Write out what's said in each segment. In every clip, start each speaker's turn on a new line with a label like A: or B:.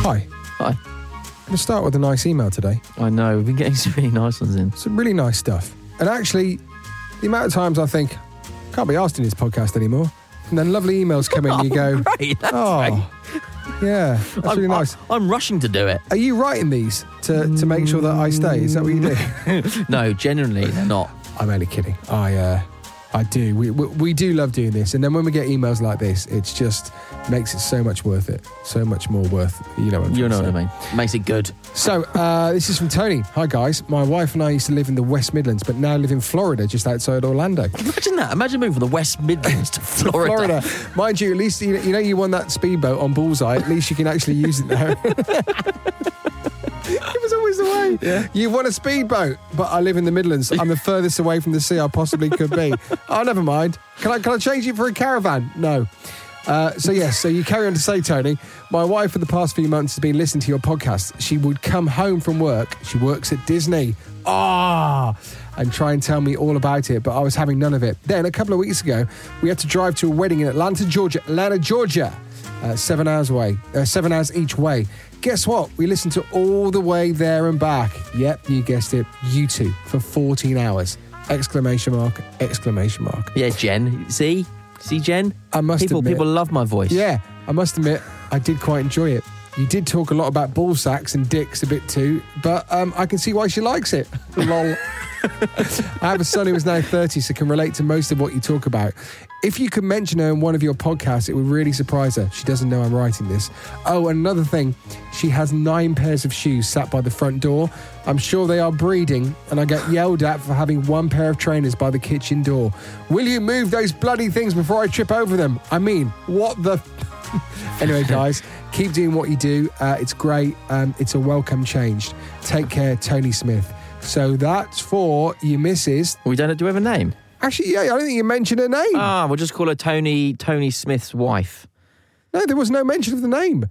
A: Hi.
B: Hi.
A: I'm going to start with a nice email today.
B: I know, we've been getting some really nice ones in.
A: Some really nice stuff. And actually, the amount of times I think, can't be asked in this podcast anymore. And then lovely emails come in and you go,
B: Right, that's
A: oh, yeah, that's
B: I'm,
A: really nice.
B: I, am rushing to do it.
A: Are you writing these to, to make sure that I stay? Is that what you do?
B: No, generally they're not.
A: I'm only kidding. I, uh, I do. We, we, we do love doing this. And then when we get emails like this, it's just makes it so much worth it. So much more worth You know what I'm
B: You
A: trying to
B: know
A: say.
B: what I mean. Makes it good.
A: So, uh, this is from Tony. Hi, guys. My wife and I used to live in the West Midlands, but now live in Florida, just outside Orlando.
B: Imagine that. Imagine moving from the West Midlands to Florida.
A: Florida. Mind you, at least you you know you won that speedboat on Bullseye. At least you can actually use it now. it was always the way. You won a speedboat, but I live in the Midlands. I'm the furthest away from the sea I possibly could be. oh, never mind. Can I can I change it for a caravan? No. Uh, so yes, so you carry on to say, Tony. My wife for the past few months has been listening to your podcast. She would come home from work. She works at Disney. Ah, and try and tell me all about it, but I was having none of it. Then a couple of weeks ago, we had to drive to a wedding in Atlanta, Georgia. Atlanta, Georgia, uh, seven hours away, uh, seven hours each way. Guess what? We listened to all the way there and back. Yep, you guessed it. You two for 14 hours. Exclamation mark! Exclamation mark!
B: Yeah, Jen. See? See, Jen?
A: I must
B: people,
A: admit-
B: People love my voice.
A: Yeah, I must admit, I did quite enjoy it. You did talk a lot about ball sacks and dicks a bit too, but um, I can see why she likes it. Lol. I have a son who is now 30, so can relate to most of what you talk about. If you could mention her in one of your podcasts, it would really surprise her. She doesn't know I'm writing this. Oh, and another thing, she has nine pairs of shoes sat by the front door. I'm sure they are breeding, and I get yelled at for having one pair of trainers by the kitchen door. Will you move those bloody things before I trip over them? I mean, what the. anyway, guys, keep doing what you do. Uh, it's great. Um, it's a welcome change. Take care, Tony Smith. So that's for you, Mrs.
B: We don't do we have a name.
A: Actually, yeah, I don't think you mentioned her name.
B: Ah, we'll just call her Tony Tony Smith's wife.
A: no, there was no mention of the name.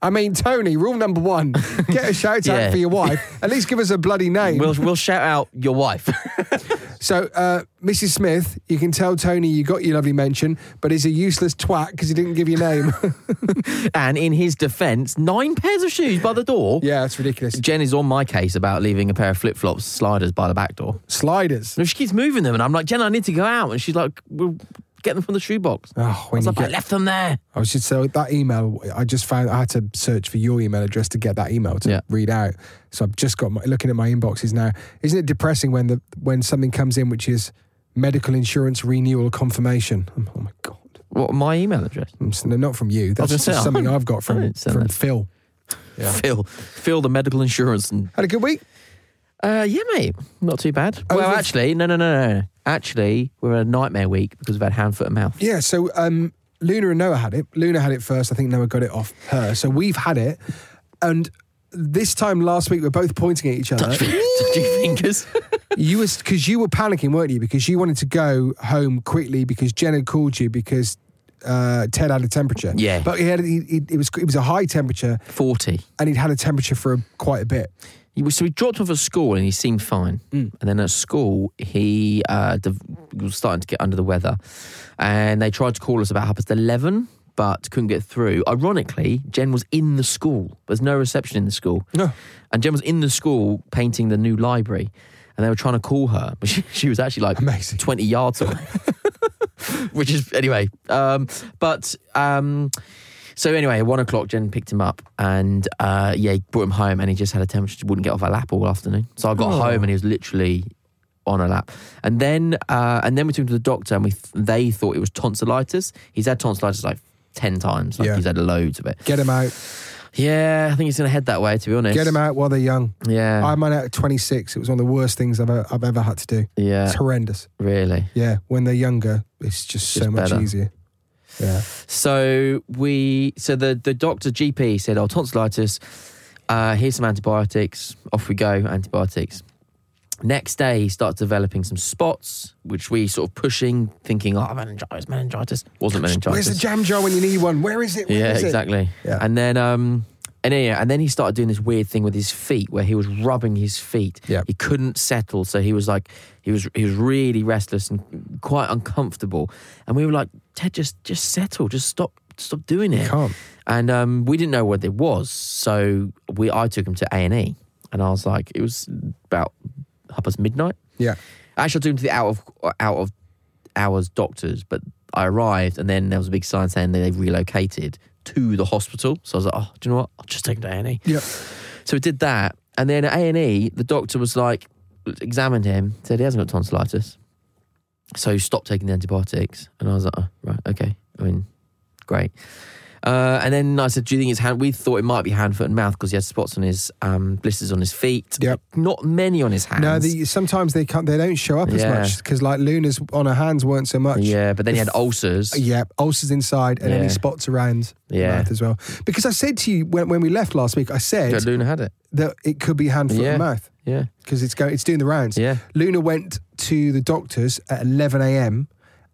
A: I mean, Tony, rule number one get a shout
B: Yeah.
A: out for your wife. At least give us a bloody name.
B: We'll we'll shout out your wife.
A: so, uh, Mrs. Smith, you can tell Tony you got your lovely mention, but he's a useless twat because he didn't give your name.
B: and in his defence, nine pairs of shoes by the door.
A: yeah, that's ridiculous.
B: Jen is on my case about leaving a pair of flip flops sliders by the back door.
A: Sliders.
B: No, she keeps moving them, and I'm like, Jen, I need to go out. And she's like, we'll get them from the shoebox. I
A: Oh, when
B: was
A: you
B: like,
A: get
B: I left them there.
A: I should say that email. I just found I had to search for your email address to get that email to
B: Yeah.
A: read out. So I've just got my, looking at my inboxes now. Isn't it depressing when the when something comes in which is medical insurance renewal confirmation? Um, Oh my god!
B: What, my email address?
A: Um, so Not from you. That's
B: gonna
A: just
B: say, I
A: something
B: don't-
A: I've got
B: I
A: from
B: don't send
A: from
B: that.
A: Phil.
B: Phil. Phil, the medical insurance. And,
A: Had a good week.
B: uh, yeah, mate. Not too bad.
A: Oh,
B: well,
A: the-
B: actually, no, no, no, no. Actually, we're in a nightmare week because we've had hand, foot, and mouth.
A: Yeah. So um, Luna and Noah had it. Luna had it first. I think Noah got it off her. So we've had it, and this time last week we're both pointing at each other.
B: Two fingers.
A: You was because you were panicking, weren't you? Because you wanted to go home quickly because Jen had called you because uh, Ted had a temperature.
B: Yeah.
A: but he had he, he, it was it was a high temperature
B: 40.
A: and he'd had a temperature for a, quite a bit.
B: He was, so he dropped off at school and he seemed fine.
A: Hmm.
B: And then at school, he uh, div- was starting to get under the weather. And they tried to call us about half past 11, but couldn't get through. Ironically, Jen was in the school. There's no reception in the school.
A: No.
B: And Jen was in the school painting the new library. And they were trying to call her, but she, she was actually like
A: Amazing.
B: 20 yards away. Which is, anyway. Um, but. Um, So anyway, at one o'clock, Jen picked him up and uh, yeah, brought him home, and he just had a temperature, wouldn't get off her lap all afternoon. So I got
A: Oh.
B: home, and he was literally on her lap. And then uh, and then we took him to the doctor, and we th- they thought it was tonsillitis. He's had tonsillitis like ten times. Like
A: Yeah.
B: he's had loads of it.
A: Get them out.
B: Yeah, I think he's gonna head that way. To be honest,
A: Get them out while they're young.
B: Yeah,
A: I mine out at 26. It was one of the worst things I've, I've ever had to do.
B: yeah,
A: It's horrendous.
B: really.
A: Yeah, when they're younger, it's just, so
B: Just
A: much
B: better.
A: easier. Yeah.
B: So we, so the the doctor GP said, "Oh, tonsillitis. Uh, here's some antibiotics. Off we go. Antibiotics." Next day, he starts developing some spots, which we sort of pushing, thinking, "Oh, meningitis, meningitis." Wasn't
A: Where's
B: meningitis.
A: the jam jar when you need one? Where is it? Where
B: yeah,
A: is it?
B: exactly.
A: Yeah.
B: And then, um, and then, yeah, and then he started doing this weird thing with his feet, where he was rubbing his feet.
A: Yeah.
B: He couldn't settle, so he was like, he was he was really restless and quite uncomfortable. And we were like, Ted, just just settle, just stop stop doing it.
A: Can't.
B: And um, we didn't know what it was, so we I took him to A and E, and I was like, it was about half past midnight.
A: Yeah.
B: Actually, I took him to the out of out of hours doctors, but I arrived and then there was a big sign saying that they've relocated to the hospital. So I was like, oh, do you know what? I'll just take him to A and E.
A: Yeah.
B: So we did that, and then at A and E, the doctor was like, examined him, said he hasn't got tonsillitis, so he stopped taking the antibiotics, and I was like, oh, right, okay, I mean, great. Uh, and then I said, "Do you think it's hand?" We thought it might be hand, foot, and mouth because he had spots on his um, blisters on his feet.
A: Yep.
B: Not many on his hands.
A: No, the, sometimes they can't. They don't show up as
B: Yeah.
A: much because like Luna's on her hands weren't so much.
B: yeah, but then he had ulcers.
A: Yeah, ulcers inside and any
B: Yeah.
A: spots around the
B: Yeah.
A: mouth as well. Because I said to you when, when we left last week, I said
B: Yeah, Luna had it.
A: that it could be hand, foot,
B: Yeah.
A: and mouth
B: Yeah.
A: because it's going, it's doing the rounds.
B: Yeah.
A: Luna went to the doctors at 11 a.m.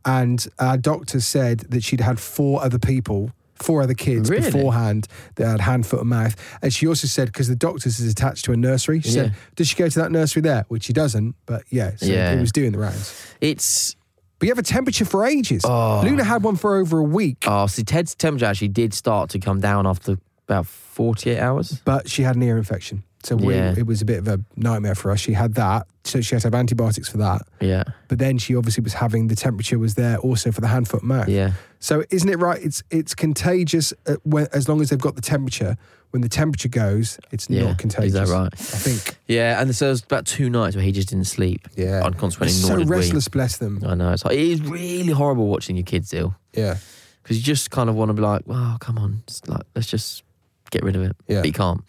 A: and our doctor said that she'd had four other people, four other kids
B: Really?
A: beforehand that had hand, foot, and mouth. And she also said, because the doctor's is attached to a nursery, she said,
B: Yeah.
A: Does she go to that nursery there? Which she doesn't, but yeah, so
B: Yeah.
A: it was doing the rounds.
B: It's
A: But you have a temperature for ages. Luna had one for over a week,
B: oh, see, Ted's temperature actually did start to come down after about forty-eight hours.
A: but she had an ear infection. So we,
B: Yeah.
A: it was a bit of a nightmare for us. She had that, so she had to have antibiotics for that.
B: Yeah.
A: But then she obviously was having the temperature was there also for the hand, foot, mouth.
B: Yeah.
A: So isn't it right? It's it's contagious uh, when, as long as they've got the temperature. When the temperature goes, it's
B: Yeah.
A: not contagious.
B: Is that right?
A: I think.
B: Yeah, and so there was about two nights where he just didn't sleep.
A: Yeah.
B: And consequently,
A: It's
B: nor
A: so
B: did we.
A: restless. Bless them.
B: I know. It's like, it is really horrible watching your kids ill
A: Yeah.
B: because you just kind of want to be like, "Wow, come on, just like, let's just get rid of it."
A: Yeah.
B: But you can't.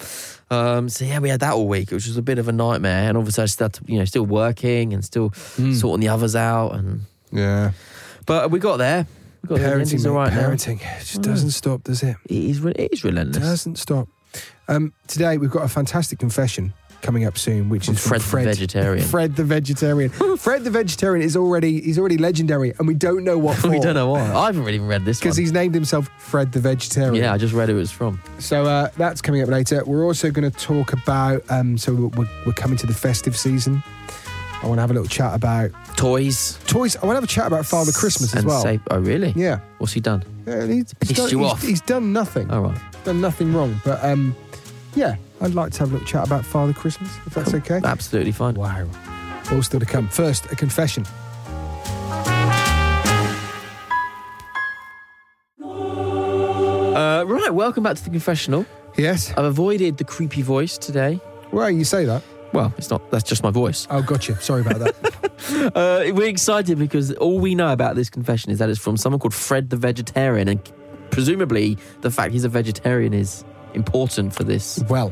B: Um, so yeah, we had that all week, which was a bit of a nightmare. And obviously, I still had to, you know, still working and still
A: Hmm.
B: sorting the others out. And
A: Yeah.
B: but we got there. We got there.
A: Parenting.
B: Lindsay's
A: mate,
B: all right now. Hmm.
A: parenting. It just doesn't stop, does it?
B: It is, re- it is relentless.
A: Doesn't stop. Um, today we've got a fantastic confession coming up soon, which
B: From
A: is
B: Fred the
A: from Fred
B: vegetarian.
A: Fred the vegetarian. Fred the vegetarian is already he's already legendary, and we don't know what for.
B: we don't know why. I haven't really even read this
A: because
B: one.
A: he's named himself Fred the vegetarian.
B: yeah, I just read who it was from.
A: So uh, that's coming up later. We're also going to talk about. Um, so we're, we're, we're coming to the festive season. I want to have a little chat about
B: Toys.
A: toys. I want to have a chat about Father Christmas as
B: and
A: well.
B: say- oh, really?
A: yeah,
B: What's he done?
A: Yeah, he's, he's
B: Pissed
A: done,
B: you
A: he's-
B: off. Oh.
A: he's done nothing.
B: All right.
A: Done nothing wrong. But um, yeah, I'd like to have a little chat about Father Christmas if that's okay.
B: Absolutely fine.
A: Wow. All still to come. First, a confession.
B: Uh, right, welcome back to the confessional.
A: Yes.
B: I've avoided the creepy voice today.
A: Well, you say that.
B: Well, it's not. That's just my voice.
A: Oh, gotcha. Sorry about that.
B: Uh, we're excited because all we know about this confession is that it's from someone called Fred the Vegetarian, and presumably the fact he's a vegetarian is important for this.
A: well,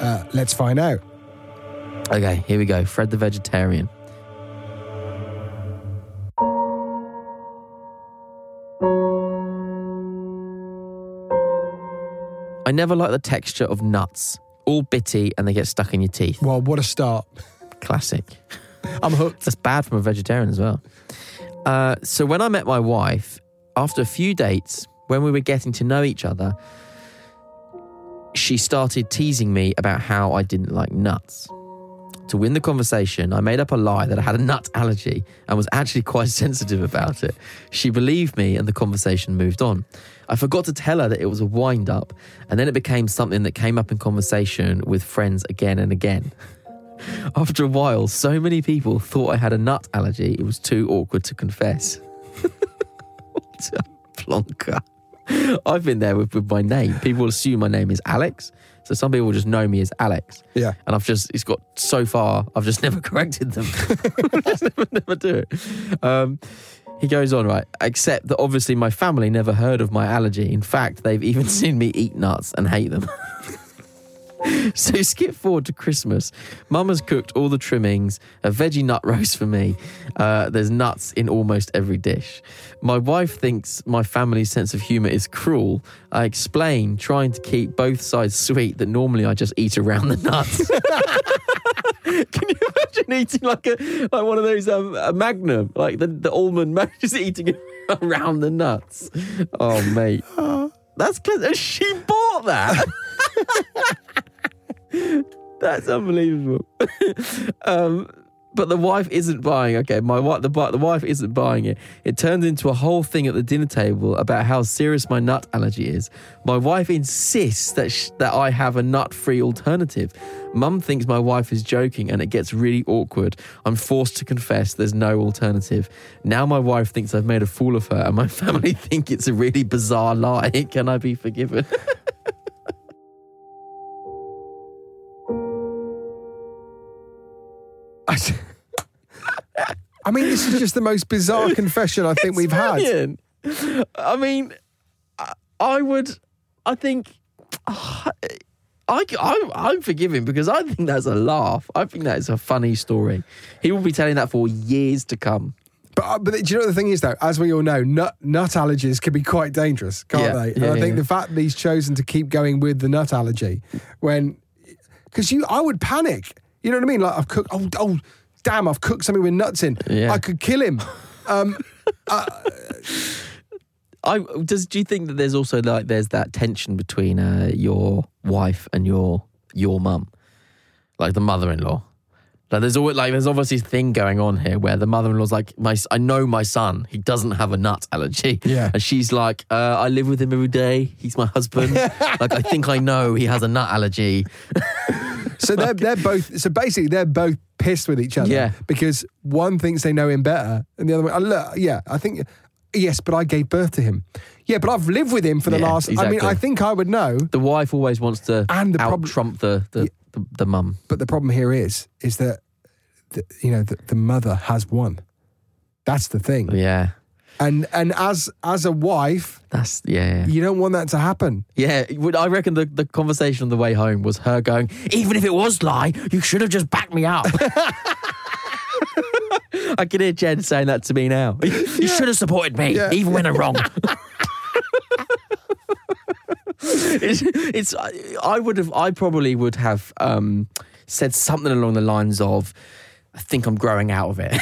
A: uh, let's find out.
B: Okay, here we go. Fred the Vegetarian. I never like the texture of nuts. All bitty and they get stuck in your teeth.
A: Well, what a start.
B: Classic.
A: I'm hooked.
B: That's bad from a vegetarian as well. Uh, so when I met my wife, after a few dates, when we were getting to know each other, she started teasing me about how I didn't like nuts. To win the conversation, I made up a lie that I had a nut allergy and was actually quite sensitive about it. She believed me and the conversation moved on. I forgot to tell her that it was a wind up, and then it became something that came up in conversation with friends again and again. After a while, so many people thought I had a nut allergy, it was too awkward to confess. what a plonker. I've been there with, with my name. People assume my name is Alex. So some people just know me as Alex.
A: Yeah.
B: And I've just, it's got so far, I've just never corrected them. I just never, never do it. Um, he goes on, right? Except that obviously my family never heard of my allergy. In fact, they've even seen me eat nuts and hate them. So skip forward to Christmas. Mum has cooked all the trimmings, a veggie nut roast for me. Uh, there's nuts in almost every dish. My wife thinks my family's sense of humour is cruel. I explain, trying to keep both sides sweet, that normally I just eat around the nuts. Can you imagine eating like a like one of those um, a Magnum, like the, the almond Magnum, just eating it around the nuts? Oh mate, that's clever. She bought that. That's unbelievable. um, but the wife isn't buying. Okay, my wife, the, bu- the wife isn't buying it. It turns into a whole thing at the dinner table about how serious my nut allergy is. My wife insists that sh- that I have a nut-free alternative. Mum thinks my wife is joking, and it gets really awkward. I'm forced to confess there's no alternative. Now my wife thinks I've made a fool of her, and my family think it's a really bizarre lie. Can I be forgiven?
A: I s- I mean, this is just the most bizarre confession I think we've had.
B: Brilliant. I mean, I- I would. I think. I, I, I'm forgiving because I think that's a laugh. I think that is a funny story. He will be telling that for years to come.
A: But, uh, but do you know what the thing is, though? As we all know, nut, nut allergies can be quite dangerous, can't
B: Yeah,
A: they? And
B: yeah,
A: I think
B: yeah.
A: the fact that he's chosen to keep going with the nut allergy, when, because you, I would panic. You know what I mean? Like, I've cooked, oh, oh damn, I've cooked something with nuts in.
B: Yeah.
A: I could kill him. Um,
B: I does do you think that there's also like there's that tension between uh, your wife and your your mum, like the mother-in-law. Like there's always like there's obviously a thing going on here where the mother-in-law's like my I know my son he doesn't have a nut allergy
A: Yeah.
B: and she's like uh, I live with him every day he's my husband like I think I know he has a nut allergy
A: So they're they're both so basically they're both pissed with each other.
B: Yeah.
A: Because one thinks they know him better, and the other one, "Oh, look, yeah, I think yes, but I gave birth to him. Yeah, but I've lived with him for the
B: Yeah,
A: last. I mean,
B: exactly.
A: I think I would know.
B: the wife always wants to
A: And the
B: out
A: prob-
B: trump the the, the the mum
A: But the problem here is, is that the, you know the, the mother has one. That's the thing.
B: yeah
A: And and as as a wife,
B: that's yeah
A: you don't want that to happen.
B: Yeah, would- I reckon the, the conversation on the way home was her going, even if it was lie, you should have just backed me up. I can hear Jen saying that to me now. You should have supported me,
A: Yeah.
B: even when I'm wrong. it's, it's I- I would have I probably would have um, said something along the lines of I think I'm growing out of it.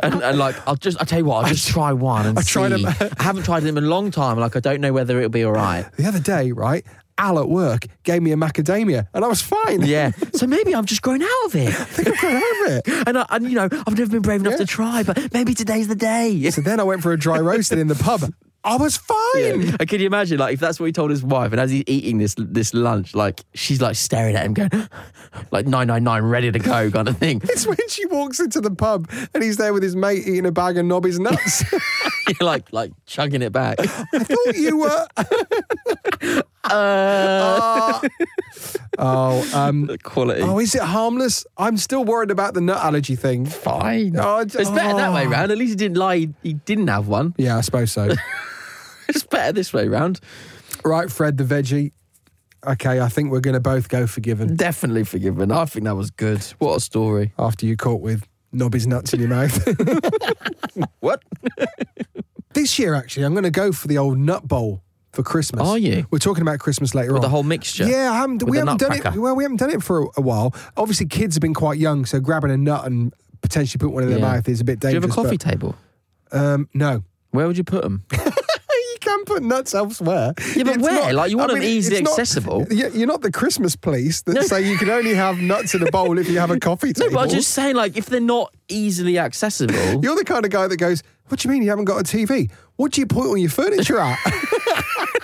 B: and, and like I'll just I tell you what, I'll just try one and
A: I tried
B: see.
A: them-
B: I haven't tried them in a long time, like I don't know whether it'll be all right.
A: The other day, right? Al at work gave me a macadamia, and I was fine.
B: Yeah. So maybe I'm just growing out of it.
A: Over it.
B: And, I, and you know, I've never been brave enough to try, but maybe today's the day.
A: So then I went for a dry roasted in the pub. I was fine.
B: And Can you imagine, like, if that's what he told his wife, and as he's eating this this lunch, like, she's like staring at him, going, like, 999, ready to go, kind of thing.
A: It's when she walks into the pub and he's there with his mate eating a bag of Nobby's nuts.
B: You're like, like, chugging it back. Uh,
A: I thought you were. Ah. oh, um,
B: The quality.
A: oh, is it harmless? I'm still worried about the nut allergy thing.
B: fine.
A: Oh,
B: it's better that way
A: oh.
B: round. At least he didn't lie, he, he didn't have one.
A: Yeah, I suppose so.
B: It's better this way round.
A: right, Fred the veggie. Okay, I think we're going to both go forgiven
B: Definitely forgiven. I think that was good. What a story.
A: after you caught with Nobby's nuts in your mouth.
B: What?
A: this year, actually, I'm going to go for the old nut bowl for Christmas.
B: Are you?
A: We're talking about Christmas later on.
B: The whole mixture.
A: Yeah, I haven't, we
B: the
A: haven't done it.
B: nutcracker.
A: Well, we haven't done it for a, a while. Obviously, kids have been quite young, so grabbing a nut and potentially put one in their
B: Yeah.
A: mouth is a bit
B: Do you have
A: dangerous.
B: a coffee
A: but,
B: table?
A: um, no.
B: Where would you put them?
A: You can put nuts elsewhere.
B: Yeah, but
A: It's
B: where? Like, you want them easily
A: it's not-
B: accessible.
A: Yeah, you're not the Christmas police that say you can only have nuts in a bowl if you have a coffee
B: No,
A: table.
B: but I'm just saying, like, if they're not easily accessible,
A: You're the kind of guy that goes, "What do you mean you haven't got a TV? What do you put all your furniture at?"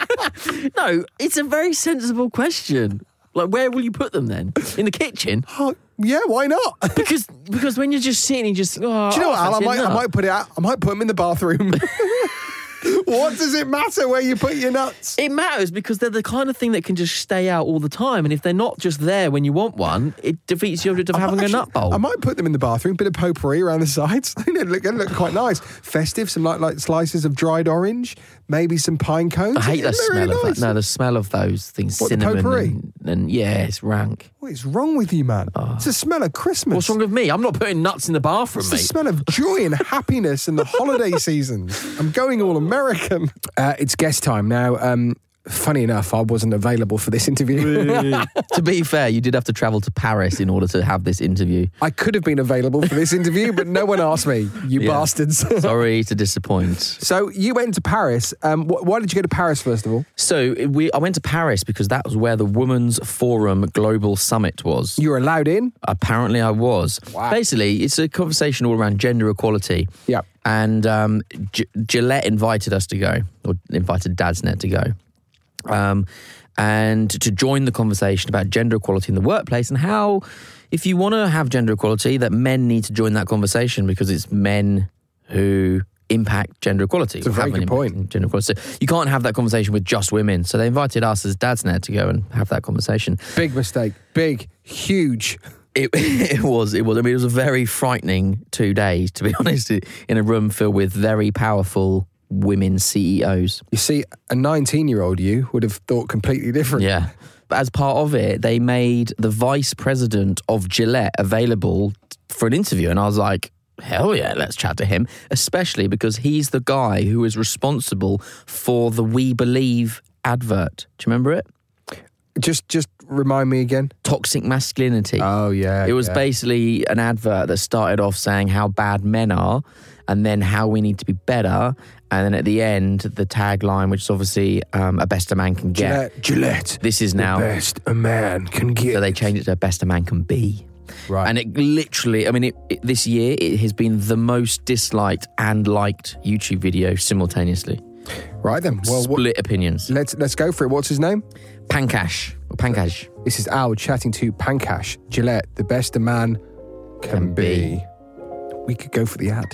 B: no, it's a very sensible question. Like, where will you put them then? In the kitchen?
A: oh, yeah, why not? Do
B: Because because when you're just sitting, you just oh,
A: you know what,
B: I
A: Al? I
B: fancy a
A: might, I
B: nut."
A: might put it. Out, I might put them in the bathroom. what does it matter where you put your nuts?
C: It matters because they're the kind of thing that can just stay out all the time. And if they're not just there when you want one, it defeats the object of having
A: Actually,
C: a nut bowl.
A: I might put them in the bathroom, bit of potpourri around the sides. they look, they look quite nice. Festive, some like, like slices of dried orange, maybe some pine cones.
C: I hate
A: It'd
C: that
A: look really
C: smell of
A: nice.
C: that. No, the smell of those things,
A: What, the
C: cinnamon
A: potpourri?
C: and, and yeah, it's rank.
A: What is wrong with you, man? It's the smell of Christmas.
C: What's wrong with me? I'm not putting nuts in the bathroom,
A: It's the
C: mate.
A: smell of joy and happiness and the holiday seasons. I'm going all American. Uh, it's guest time now. Um, funny enough, I wasn't available for this interview.
C: to be fair, you did have to travel to Paris in order to have this interview.
A: I could have been available for this interview, but no one asked me. You
C: Yeah.
A: bastards.
C: Sorry to disappoint.
A: so you went to Paris. Um, wh- why did you go to Paris first of all?
C: So we, I went to Paris because that was where the Women's Forum Global Summit was.
A: You were allowed in.
C: Apparently, I was.
A: Wow.
C: Basically, it's a conversation all around gender equality.
A: Yeah.
C: And um, G- Gillette invited us to go, or invited Dadsnet to go, um, and to join the conversation about gender equality in the workplace and how, if you want to have gender equality, that men need to join that conversation because it's men who impact gender equality. It's
A: a very good point.
C: gender equality. So you can't have that conversation with just women. So they invited us as Dadsnet to go and have that conversation.
A: Big mistake. Big, huge.
C: It, it was. It was. I mean, it was a very frightening two days, to be honest, in a room filled with very powerful women E CEOs.
A: You see, a 19 year old you would have thought completely different.
C: Yeah. But as part of it, they made the vice president of Gillette available for an interview. And I was like, hell yeah, let's chat to him, especially because he's the guy who is responsible for the We Believe advert. Do you remember it?
A: Just, just remind me again.
C: Toxic masculinity.
A: Oh yeah.
C: It was
A: yeah.
C: basically an advert that started off saying how bad men are and then how we need to be better. And then at the end, the tagline, which is obviously um, a best a man can get.
A: Gillette. Gillette.
C: This is now.
A: best a man can get.
C: So they changed it to best a man can be.
A: Right.
C: And it literally, I mean, it, it, this year it has been the most disliked and liked YouTube video simultaneously.
A: right then. Well, what,
C: Split opinions.
A: let's let's go for it. What's his name?
C: Pankash. Or Pankash.
A: This is Al chatting to Pankash Gillette, the best a man can,
C: Can
A: be.
C: be.
A: We could go for the ad.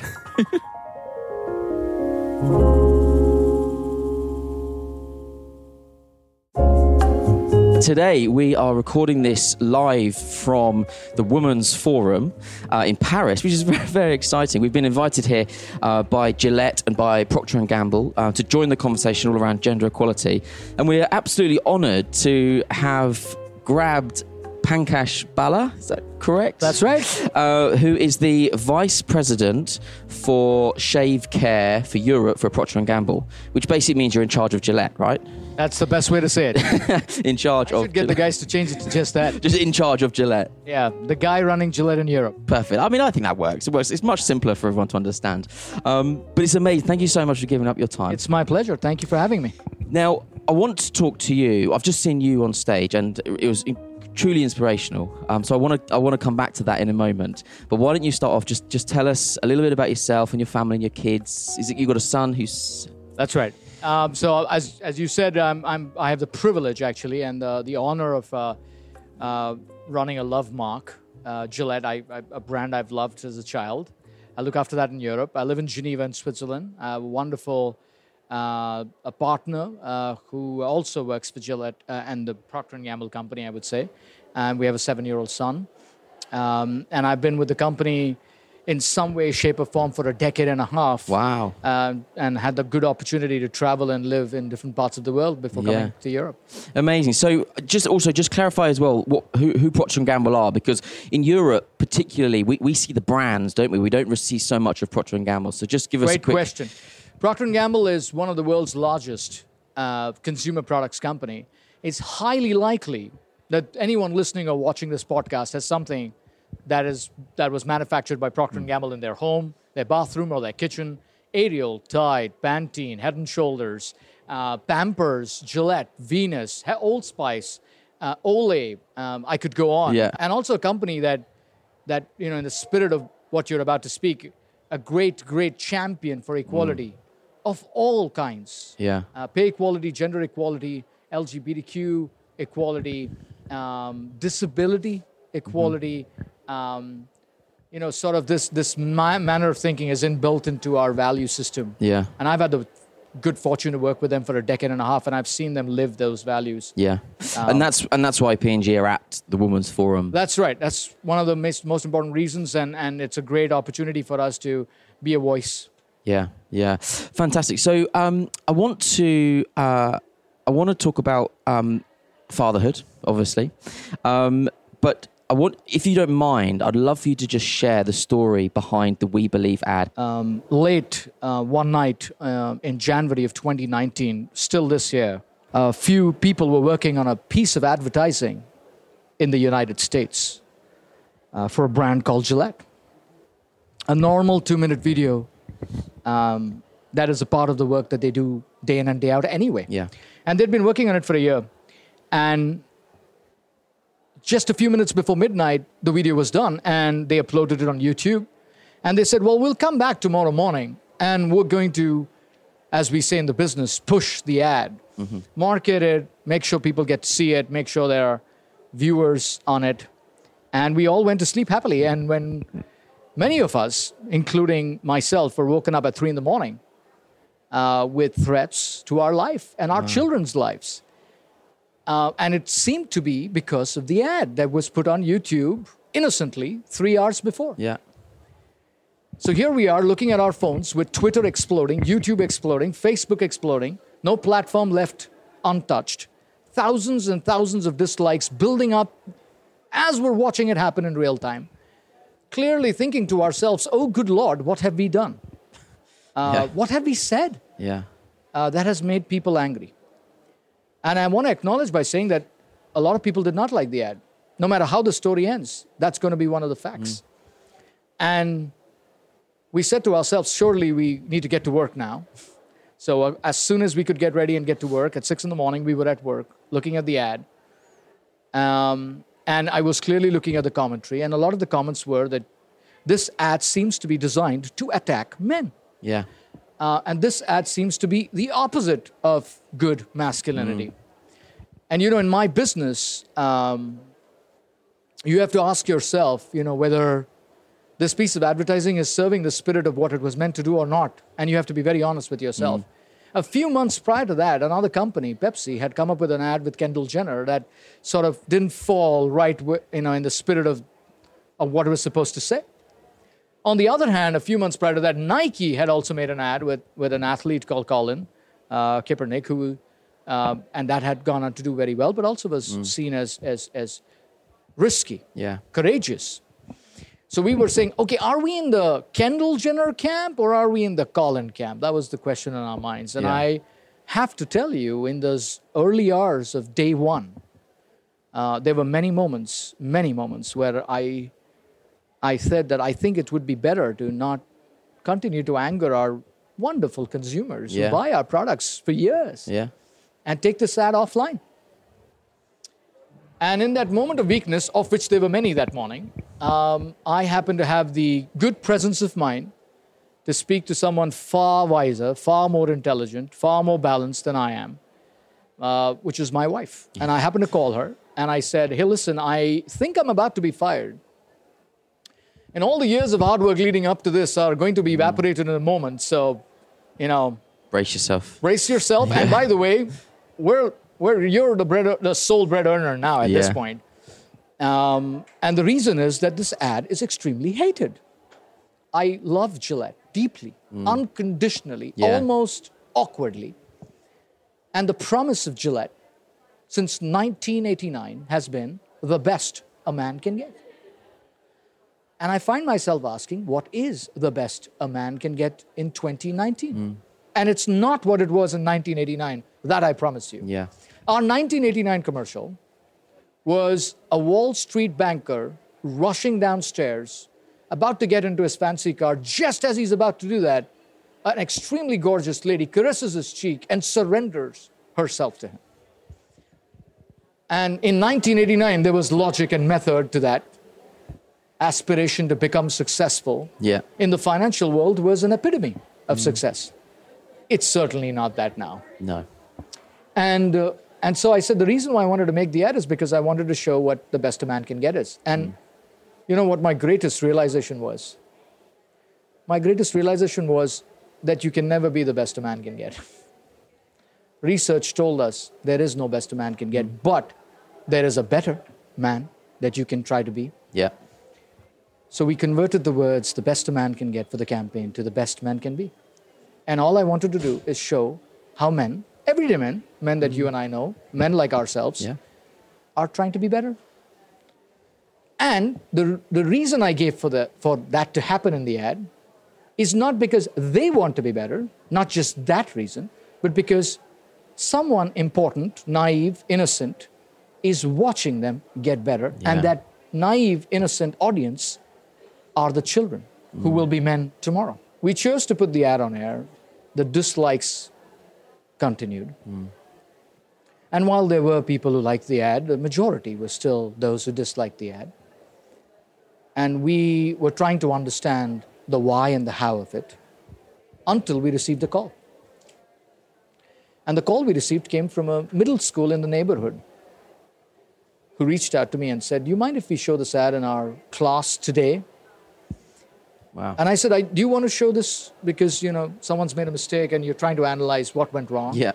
B: Today, we are recording this live from the Women's Forum uh, in Paris, which is very, very exciting. We've been invited here uh, by Gillette and by Procter & Gamble uh, to join the conversation all around gender equality. And we are absolutely honoured to have grabbed Pankash Bala, is that correct? That's right. Uh, who is the vice president for shave care for Europe for Procter & Gamble, which basically means you're in charge of Gillette, right?
D: That's the best way to say it.
B: In charge of
D: Should get the
B: Gillette.
D: guys to change it to just that.
B: just in charge of Gillette.
D: Yeah, the guy running Gillette in Europe.
B: Perfect. I mean, I think that works. It works. It's much simpler for everyone to understand. Um, but it's amazing. Thank you so much for giving up your time.
D: It's my pleasure. Thank you for having me.
B: now, I want to talk to you. I've just seen you on stage, and it was in- truly inspirational. Um, so I want to I want to come back to that in a moment. But why don't you start off? Just just tell us a little bit about yourself and your family and your kids. Is it you got a son who's
D: That's right. Um, so as as you said, I'm, I'm I have the privilege actually and uh, the honor of uh, uh, running a love mark, uh, Gillette, I, I, a brand I've loved as a child. I look after that in Europe. I live in Geneva in Switzerland. I have a wonderful uh, a partner uh, who also works for Gillette uh, and the Procter and Gamble company, I would say. And we have a seven-year-old son. Um, and I've been with the company in some way, shape, or form for a decade and a half
B: wow?
D: um, and had the good opportunity to travel and live in different parts of the world before
B: Yeah.
D: coming to Europe.
B: Amazing. So, just also just clarify as well what who, who Procter and Gamble are, because in Europe, particularly, we, we see the brands, don't we? We don't see so much of Procter and Gamble. So, just give us a
D: Great
B: quick
D: question. Procter and Gamble is one of the world's largest uh, consumer products company. It's highly likely that anyone listening or watching this podcast has something that is that was manufactured by Procter
B: Hmm.
D: and Gamble in their home, their bathroom, or their kitchen. Ariel, Tide, Pantene, Head and Shoulders, uh, Pampers, Gillette, Venus, He- Old Spice, uh, Olay. Um, I could go on.
B: Yeah.
D: And also a company that that you know in the spirit of what you're about to speak a great great champion for equality of all kinds
B: Mm. Yeah.
D: uh, pay equality gender equality lgbtq equality um, disability equality
B: Mm-hmm.
D: um, you know sort of this this ma- manner of thinking is inbuilt into our value system
B: Yeah.
D: and i've had the good fortune to work with them for a decade and a half, and I've seen them live those values.
B: Yeah,
D: Um,
B: and that's and that's why PNG are at the Women's Forum.
D: That's right. That's one of the most, most important reasons, and, and it's a great opportunity for us to be a voice.
B: Yeah, yeah, fantastic. So um, I want to uh, I want to talk about um, fatherhood, obviously, um, but I want, if you don't mind, I'd love for you to just share the story behind the We Believe ad.
D: Um, late uh, one night uh, in January of 2019, still this year, a few people were working on a piece of advertising in the United States uh, for a brand called Gillette. A normal two minute video um, that is a part of the work that they do day in and day out anyway.
B: Yeah,
D: and they'd been working on it for a year and just a few minutes before midnight the video was done and they uploaded it on youtube and they said well we'll come back tomorrow morning and we're going to as we say in the business push the ad market it make sure people get to see it make sure there are viewers on it and we all went to sleep happily and when many of us including myself were woken up at three in the morning uh, with threats to our life and our children's lives. Uh, and it seemed to be because of the ad that was put on YouTube innocently three hours before.
B: yeah,
D: So here we are looking at our phones with Twitter exploding, YouTube exploding, Facebook exploding, no platform left untouched, thousands and thousands of dislikes building up as we're watching it happen in real time. Clearly thinking to ourselves, oh, good Lord, what have we done? Uh,
B: Yeah.
D: What have we said?
B: yeah,
D: uh, that has made people angry. And I want to acknowledge by saying that a lot of people did not like the ad. No matter how the story ends, that's going to be one of the facts. And we said to ourselves, surely we need to get to work now. So uh, as soon as we could get ready and get to work, at six in the morning, we were at work looking at the ad. Um, and I was clearly looking at the commentary, and a lot of the comments were that this ad seems to be designed to attack men.
B: yeah,
D: Uh, and this ad seems to be the opposite of good masculinity. And you know, in my business, um, you have to ask yourself, you know, whether this piece of advertising is serving the spirit of what it was meant to do or not. And you have to be very honest with yourself. A few months prior to that, another company, Pepsi, had come up with an ad with Kendall Jenner that sort of didn't fall right, wi- you know, in the spirit of, of what it was supposed to say. On the other hand, a few months prior to that, Nike had also made an ad with, with an athlete called Colin uh, Kaepernick, who, um, and that had gone on to do very well, but also was seen as, as, as risky,
B: yeah,
D: courageous. So we were saying, okay, are we in the Kendall Jenner camp or are we in the Colin camp? That was the question in our minds. And
B: Yeah.
D: I have to tell you, in those early hours of day one, uh, there were many moments, many moments where I, I said that I think it would be better to not continue to anger our wonderful consumers
B: Yeah.
D: who buy our products for years
B: yeah,
D: and take this ad offline. And in that moment of weakness, of which there were many that morning, um, I happened to have the good presence of mind to speak to someone far wiser, far more intelligent, far more balanced than I am, uh, which is my wife. And I happened to call her and I said, Hey, listen, I think I'm about to be fired. And all the years of hard work leading up to this are going to be evaporated in a moment. So, you know,
B: brace yourself.
D: brace yourself. And by the way, we're, we're you're the bread the sole bread earner now at this
B: Yeah.
D: point. Um, and the reason is that this ad is extremely hated. I love Gillette deeply, unconditionally,
B: Mm. Yeah.
D: almost awkwardly. And the promise of Gillette since 1989 has been the best a man can get. And I find myself asking, what is the best a man can get in 2019? And it's not what it was in 1989, that I promise you.
B: Yeah,
D: Our 1989 commercial was a Wall Street banker rushing downstairs, about to get into his fancy car. Just as he's about to do that, an extremely gorgeous lady caresses his cheek and surrenders herself to him. And in 1989, there was logic and method to that. Aspiration to become successful
B: yeah,
D: in the financial world was an epitome of success. It's certainly not that now.
B: no,
D: And uh, and so I said the reason why I wanted to make the ad is because I wanted to show what the best a man can get is. And you know what my greatest realization was? My greatest realization was that you can never be the best a man can get. research told us there is no best a man can get, but there is a better man that you can try to be.
B: Yeah.
D: So we converted the words the best a man can get for the campaign to the best man can be. And all I wanted to do is show how men, everyday men, men that you and I know, men like ourselves,
B: Mm-hmm. Yeah.
D: are trying to be better. And the, the reason I gave for, the, for that to happen in the ad is not because they want to be better, not just that reason, but because someone important, naive, innocent, is watching them get better.
B: Yeah.
D: And that naive, innocent audience are the children who will be men tomorrow. We chose to put the ad on air. The dislikes continued. And while there were people who liked the ad, the majority were still those who disliked the ad. And we were trying to understand the why and the how of it until we received a call. And the call we received came from a middle school in the neighborhood who reached out to me and said, Do you mind if we show this ad in our class today?
B: Wow.
D: And I said, I, Do you want to show this because, you know, someone's made a mistake and you're trying to analyze what went wrong?
B: yeah.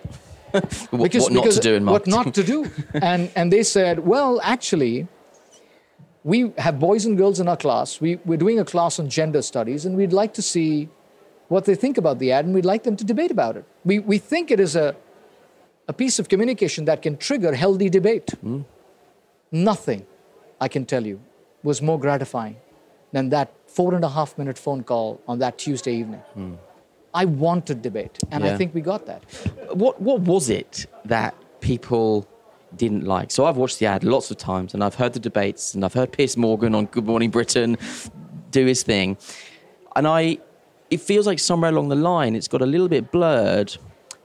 B: what, what not to do in
D: what
B: marketing.
D: not to do and and they said well actually we have boys and girls in our class we, we're doing a class on gender studies and we'd like to see what they think about the ad and we'd like them to debate about it we, we think it is a, a piece of communication that can trigger healthy debate
B: Hmm.
D: nothing i can tell you was more gratifying than that four and a half minute phone call on that tuesday evening i wanted debate and i
B: Hmm. Yeah.
D: think we got that
B: what what was it that people didn't like? So I've watched the ad lots of times, and I've heard the debates, and I've heard Piers Morgan on Good Morning Britain do his thing, and I it feels like somewhere along the line it's got a little bit blurred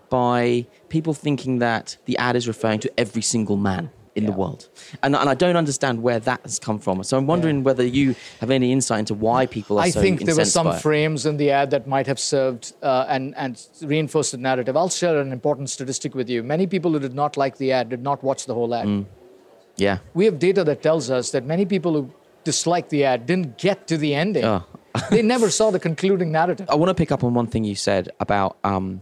B: by people thinking that the ad is referring to every single man in the world. And, and I don't understand where that has come from. So I'm wondering whether you have any insight into why people are
D: I
B: so
D: think there were
B: incensed by
D: some
B: it.
D: frames in the ad that might have served uh, and, and reinforced the narrative. I'll share an important statistic with you. Many people who did not like the ad did not watch the whole ad.
B: Mm. Yeah.
D: We have data that tells us that many people who disliked the ad didn't get to the ending.
B: Oh.
D: they never saw the concluding narrative.
B: I want to pick up on one thing you said about um,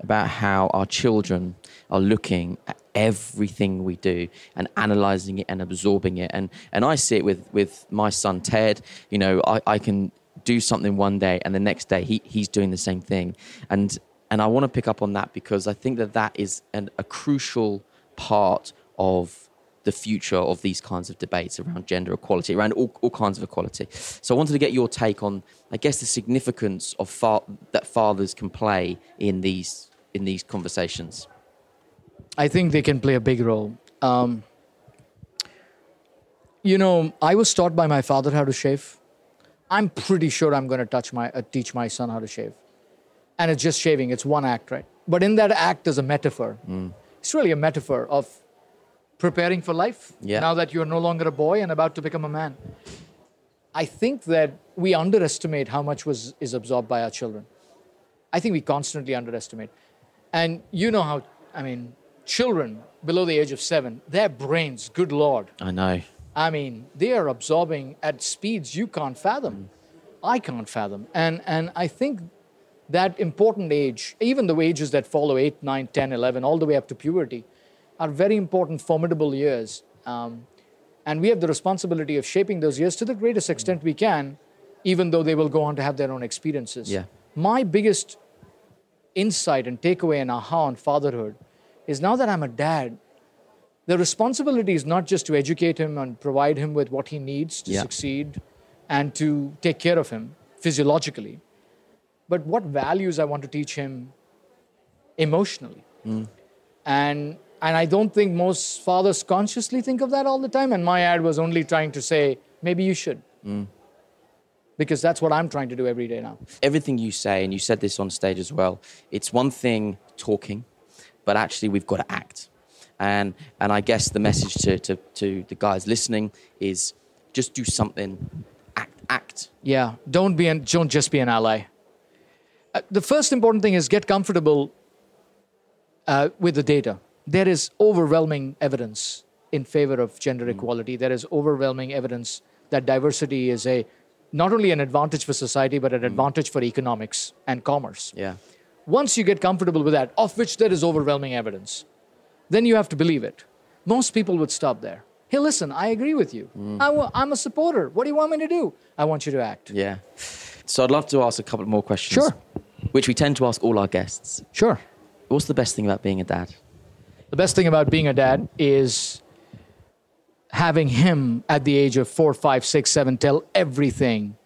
B: about how our children are looking at everything we do and analyzing it and absorbing it. And and I see it with with my son Ted. You know, I, I can do something one day and the next day he he's doing the same thing. And and I want to pick up on that because I think that that is an, a crucial part of the future of these kinds of debates around gender equality, around all, all kinds of equality. So I wanted to get your take on, I guess, the significance of fa- that fathers can play in these in these conversations.
D: I think they can play a big role. Um, you know, I was taught by my father how to shave. I'm pretty sure I'm going to touch my uh, teach my son how to shave, and it's just shaving. It's one act, right? But in that act is a metaphor. It's really a metaphor of preparing for life.
B: Yeah.
D: Now that you are no longer a boy and about to become a man, I think that we underestimate how much was is absorbed by our children. I think we constantly underestimate. And you know how, I mean, children below the age of seven, their brains, good Lord,
B: I know.
D: I mean, they are absorbing at speeds you can't fathom. I can't fathom. And, and I think that important age, even the ages that follow 8, 9, 10, 11, all the way up to puberty, are very important, formidable years. Um, and we have the responsibility of shaping those years to the greatest extent we can, even though they will go on to have their own experiences.
B: Yeah.
D: My biggest insight and takeaway and aha on fatherhood is now that I'm a dad, the responsibility is not just to educate him and provide him with what he needs to
B: Yeah.
D: succeed and to take care of him physiologically, but what values I want to teach him emotionally. And and I don't think most fathers consciously think of that all the time. And my ad was only trying to say, maybe you should. Because that's what I'm trying to do every day now.
B: Everything you say, and you said this on stage as well. It's one thing talking, but actually we've got to act. And and I guess the message to to, to the guys listening is just do something, act, act.
D: Yeah, don't be an, don't just be an ally. Uh, the first important thing is get comfortable uh, with the data. There is overwhelming evidence in favor of gender equality. There is overwhelming evidence that diversity is a not only an advantage for society but an advantage for economics and commerce.
B: Yeah.
D: Once you get comfortable with that, of which there is overwhelming evidence, then you have to believe it. Most people would stop there. Hey, listen, I agree with you. I w- I'm a supporter. What do you want me to do? I want you to act.
B: Yeah. So I'd love to ask a couple more questions.
D: Sure.
B: Which we tend to ask all our guests.
D: Sure.
B: What's the best thing about being a dad?
D: The best thing about being a dad is having him at the age of four, five, six, seven tell everything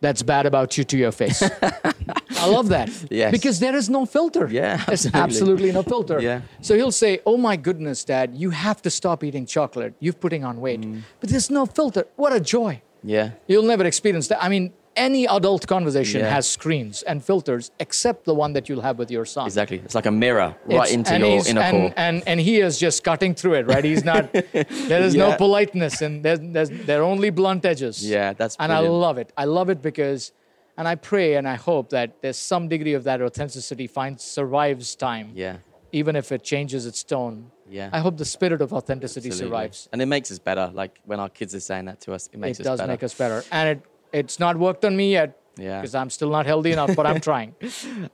D: that's bad about you to your face. I love that.
B: Yes.
D: Because there is no filter.
B: Yeah,
D: There's
B: absolutely.
D: absolutely no filter.
B: Yeah.
D: So he'll say, Oh my goodness, dad, you have to stop eating chocolate. You're putting on weight.
B: Mm.
D: But there's no filter. What a joy.
B: Yeah.
D: You'll never experience that. I mean, any adult conversation
B: Yeah.
D: has screens and filters except the one that you'll have with your son.
B: Exactly. It's like a mirror right
D: It's-
B: into
D: and
B: your
D: he's-
B: inner
D: and,
B: core.
D: And, and he is just cutting through it, right? He's not, there is no
B: Yeah.
D: politeness and there's, there's, there are only blunt edges.
B: Yeah, that's
D: And I
B: brilliant.
D: love it. I love it because, and I pray and I hope that there's some degree of that authenticity finds, survives time.
B: Yeah.
D: Even if it changes its tone.
B: Yeah.
D: I hope the spirit of authenticity
B: Absolutely.
D: survives.
B: And it makes us better. Like when our kids are saying that to us, it makes
D: it
B: us
D: does
B: better.
D: make us better. And it, it's not worked on me yet.
B: Yeah.
D: Because I'm still not healthy enough, but I'm trying.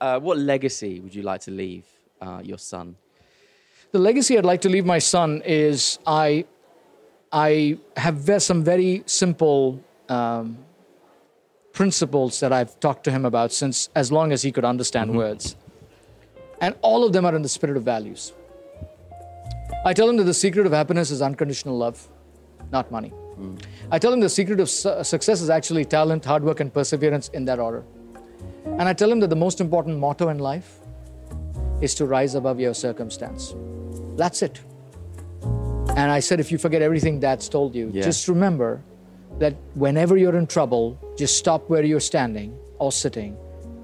B: uh, what legacy would you like to leave uh, your son?
D: the legacy I'd like to leave my son is I, I have ve- some very simple um, principles that I've talked to him about since as long as he could understand words, and all of them are in the spirit of values. I tell him that the secret of happiness is unconditional love, not money. I tell him the secret of su- success is actually talent, hard work, and perseverance in that order. And I tell him that the most important motto in life is to rise above your circumstance. That's it. And I said, if you forget everything Dad's told you,
B: Yeah.
D: just remember that whenever you're in trouble, just stop where you're standing or sitting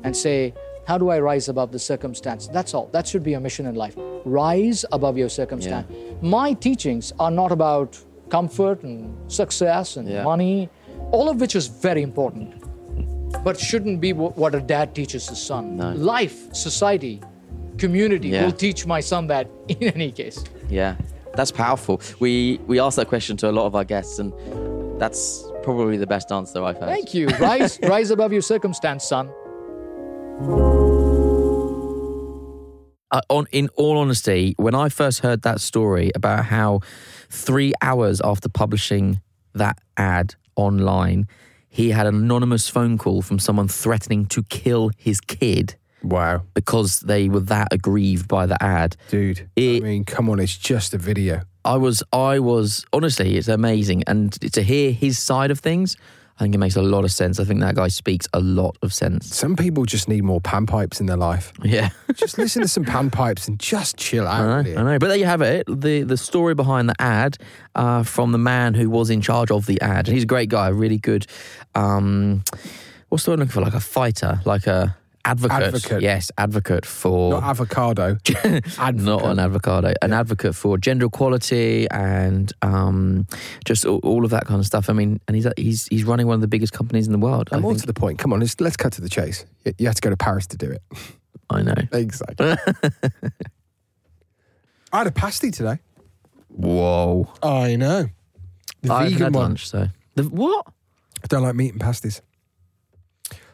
D: and say, How do I rise above the circumstance? That's all. That should be your mission in life. Rise above your circumstance. My teachings are not about comfort and success and
B: Yeah.
D: money, all of which is very important but shouldn't be wh- what a dad teaches his son.
B: No.
D: Life, society, community
B: Yeah.
D: will teach my son that in any case.
B: Yeah, that's powerful. We we asked that question to a lot of our guests, and that's probably the best answer I've heard.
D: Thank you. Rise, rise above your circumstance, son.
C: uh, on in all honesty, when I first heard that story about how three hours after publishing that ad online, he had an anonymous phone call from someone threatening to kill his kid
A: Wow,
C: because they were that aggrieved by the ad.
A: dude.
C: It-
A: I mean, come on, it's just a video.
C: I was, I was honestly, it's amazing, and to hear his side of things, I think it makes a lot of sense. I think that guy speaks a lot of sense.
A: Some people just need more panpipes in their life.
C: Yeah.
A: Just listen to some panpipes and just chill out.
C: I know,
A: dear.
C: I know. But there you have it. The the story behind the ad uh, from the man who was in charge of the ad. And he's a great guy, really good. Um, what's the word I'm looking for? Like a fighter, like a advocate.
A: Advocate.
C: Yes, advocate for.
A: Not avocado.
C: Not an avocado, an advocate for gender equality and um, just all, all of that kind of stuff. I mean, and he's he's he's running one of the biggest companies in the world. I,
A: I'm more
C: think.
A: to the point. Come on, let's, let's cut to the chase. You, you have to go to Paris to do it.
C: I know.
A: Exactly. I had a pasty today.
C: Whoa!
A: I know. The
C: I haven't
A: vegan
C: had
A: one.
C: lunch, so the, what?
A: I don't like meat and pasties.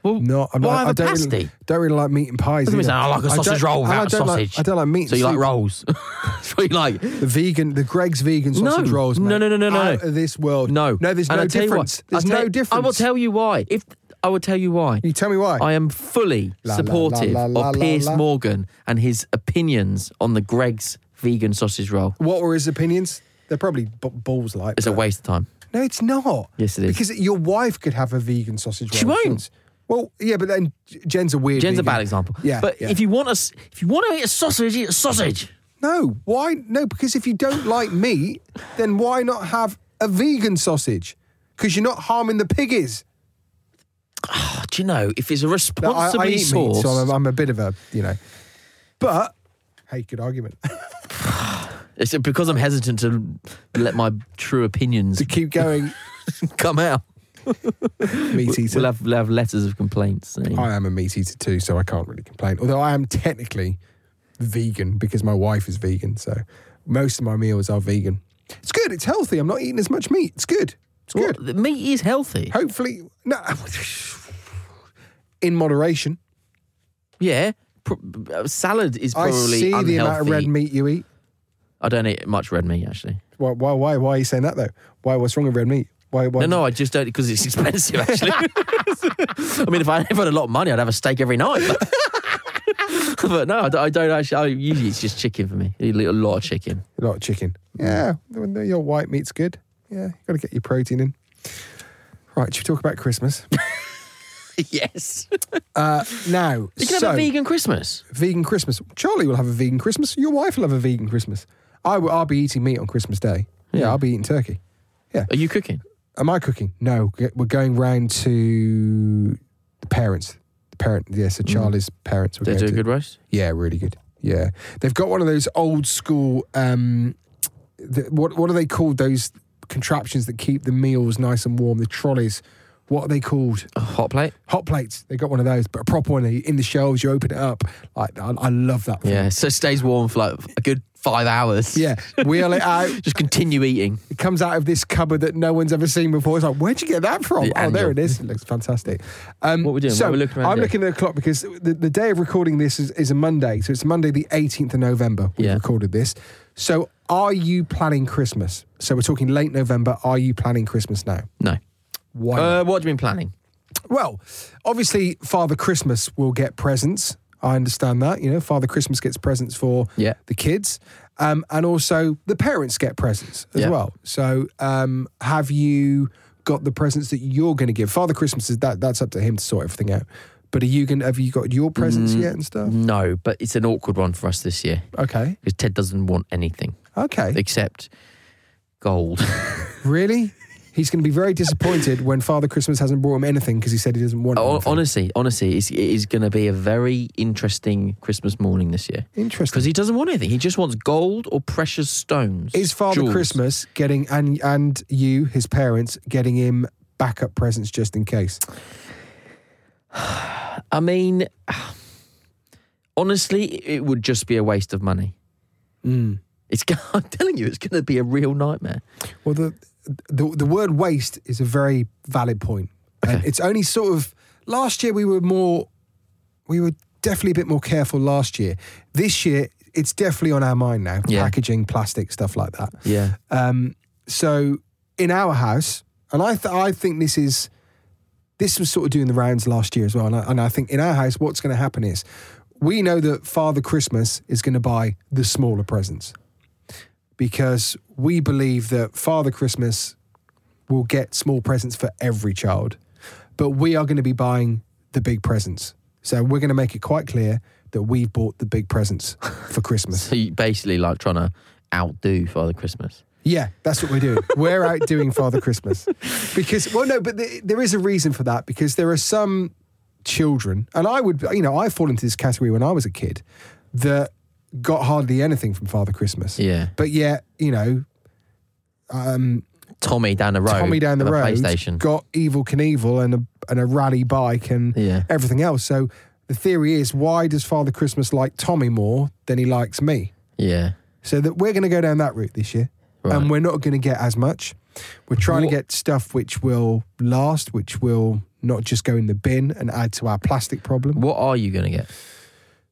C: Well,
A: No, I'm
C: why
A: not,
C: have
A: I
C: a
A: don't
C: pasty?
A: Really, don't really like meat and pies.
C: What do you mean,
A: either.
C: I like a sausage
A: don't-
C: roll
A: and I
C: without
A: don't like-
C: sausage.
A: I don't like meat.
C: So you like
A: soup.
C: rolls? That's what you like?
A: the vegan, the Greg's vegan
C: No.
A: sausage rolls?
C: No,
A: mate.
C: no, no, no, no.
A: Out of this world.
C: No,
A: no. There's
C: And
A: no
C: I'll tell you what,
A: difference.
C: I'll
A: there's
C: tell-
A: no difference.
C: I will tell you why. If I will tell you why.
A: you. Tell me why.
C: I am fully
A: La, la,
C: supportive
A: la, la,
C: of
A: la,
C: Piers
A: la.
C: Morgan and his opinions on the Greg's vegan sausage roll.
A: what were his opinions? They're probably b- balls like.
C: It's a
A: but-
C: waste of time.
A: No, it's not.
C: Yes, it is.
A: Because your wife could have a vegan sausage roll.
C: She won't.
A: shouldn't she? Well, yeah, but then Jen's a weird.
C: Jen's a
A: vegan.
C: bad example.
A: Yeah,
C: but
A: yeah.
C: if you want us, if you want to eat a sausage, eat a sausage.
A: No, why? No, because if you don't like meat, then why not have a vegan sausage? Because you're not harming the piggies.
C: Oh, do you know if it's a
A: No, I, I
C: responsibly
A: eat meat,
C: sourced?
A: so I'm, I'm a bit of a you know. But hey, good argument
C: it's because I'm hesitant to let my true opinions
A: to keep going.
C: come out.
A: meat eater.
C: We'll have, we'll have letters of complaints. you know.
A: I am a meat eater too, so I can't really complain. Although I am technically vegan because my wife is vegan, so most of my meals are vegan. It's good. It's healthy. I'm not eating as much meat. It's good. It's good.
C: What? The meat is healthy.
A: Hopefully, no, in moderation.
C: Yeah. pro- uh, salad is
A: I
C: probably
A: see
C: unhealthy.
A: the amount of red meat you eat.
C: I don't eat much red meat actually.
A: Why? Why? Why, why are you saying that though? Why? What's wrong with red meat? Why? why
C: No, no, I just don't because it's expensive. Actually, I mean, if I ever had a lot of money, I'd have a steak every night. But, but no, I don't, I don't actually. I, usually, it's just chicken for me. I eat A lot of chicken.
A: A lot of chicken. Yeah, your white meat's good. Yeah, you got to get your protein in. Right, should we talk about Christmas?
C: yes,
A: Uh, now,
C: you can
A: so,
C: have a vegan Christmas.
A: vegan Christmas. Charlie will have a vegan Christmas. Your wife will have a vegan Christmas. I will, I'll be eating meat on Christmas Day. Yeah, I'll be eating turkey.
C: Are you cooking?
A: Am I cooking? No, g- we're going round to the parents. The parent, yeah. So Charlie's parents. We're
C: Mm. They do
A: going
C: a
A: to,
C: good roast.
A: Yeah, really good. Yeah, they've got one of those old school. Um, the, what what are they called? Those contraptions that keep the meals nice and warm. The trolleys. What are they called?
C: A hot plate.
A: Hot plates. They got one of those, but a proper one in the shelves. You open it up. Like I, I love that. thing.
C: Yeah, so it stays warm for like a good five hours.
A: Yeah. Wheel it out.
C: just continue eating.
A: It comes out of this cupboard that no one's ever seen before. It's like, where'd you get that from?
C: The
A: oh, there
C: anvil.
A: it is. It looks fantastic. Um,
C: What we doing?
A: So
C: What we looking around
A: I'm
C: here?
A: looking at the clock because the, the day of recording this is, is a Monday. So it's Monday, the 18th of November. We
C: Yeah.
A: recorded this. So are you planning Christmas? So we're talking late November. Are you planning Christmas now?
C: No.
A: Why? not?
C: Uh, what have you been planning?
A: Well, obviously, Father Christmas will get presents. I understand that. You know, Father Christmas gets presents for
C: Yeah.
A: the kids, um, and also the parents get presents as
C: Yeah.
A: well. So, um, have you got the presents that you're going to give? Father Christmas is that that's up to him to sort everything out. But are you going? to Have you got your presents
C: Mm.
A: yet and stuff?
C: No, but it's an awkward one for us this year
A: Okay,
C: because Ted doesn't want anything
A: okay,
C: except gold.
A: really. He's going to be very disappointed when Father Christmas hasn't brought him anything because he said he doesn't want.
C: Hon-
A: anything.
C: honestly, honestly, it's, it is going to be a very interesting Christmas morning this year
A: Interesting.
C: because he doesn't want anything. He just wants gold or precious stones.
A: Is Father
C: jewels.
A: Christmas getting and and you, his parents, getting him backup presents just in case?
C: I mean, honestly, it would just be a waste of money.
A: Hmm.
C: It's. go- I'm telling you, it's going to be a real nightmare.
A: Well, the the, the word waste is a very valid point, and it's only sort of last year we were more, we were definitely a bit more careful last year. This year, it's definitely on our mind now.
C: Yeah.
A: Packaging, plastic, stuff like that.
C: Yeah.
A: Um, so in our house, and I th- I think this is this was sort of doing the rounds last year as well, and I, and I think in our house, what's going to happen is we know that Father Christmas is going to buy the smaller presents because we believe that Father Christmas will get small presents for every child, but we are going to be buying the big presents. So we're going to make it quite clear that we've bought the big presents for Christmas.
C: So you basically like trying to outdo Father Christmas.
A: Yeah, that's what we're doing. we're out doing Father Christmas because, well, no, but th there is a reason for that because there are some children, and I would, you know, I fall into this category when I was a kid that got hardly anything from Father Christmas.
C: Yeah.
A: But yet, you know,
C: Tommy down the road.
A: Tommy down the
C: Oh, with a
A: road
C: PlayStation.
A: got Evil Knievel and a and a rally bike and
C: Yeah.
A: everything else. So the theory is, why does Father Christmas like Tommy more than he likes me?
C: yeah.
A: So that we're going to go down that route this year,
C: Right.
A: and we're not going to get as much. We're trying
C: What-
A: to get stuff which will last, which will not just go in the bin and add to our plastic problem.
C: What are you going to get?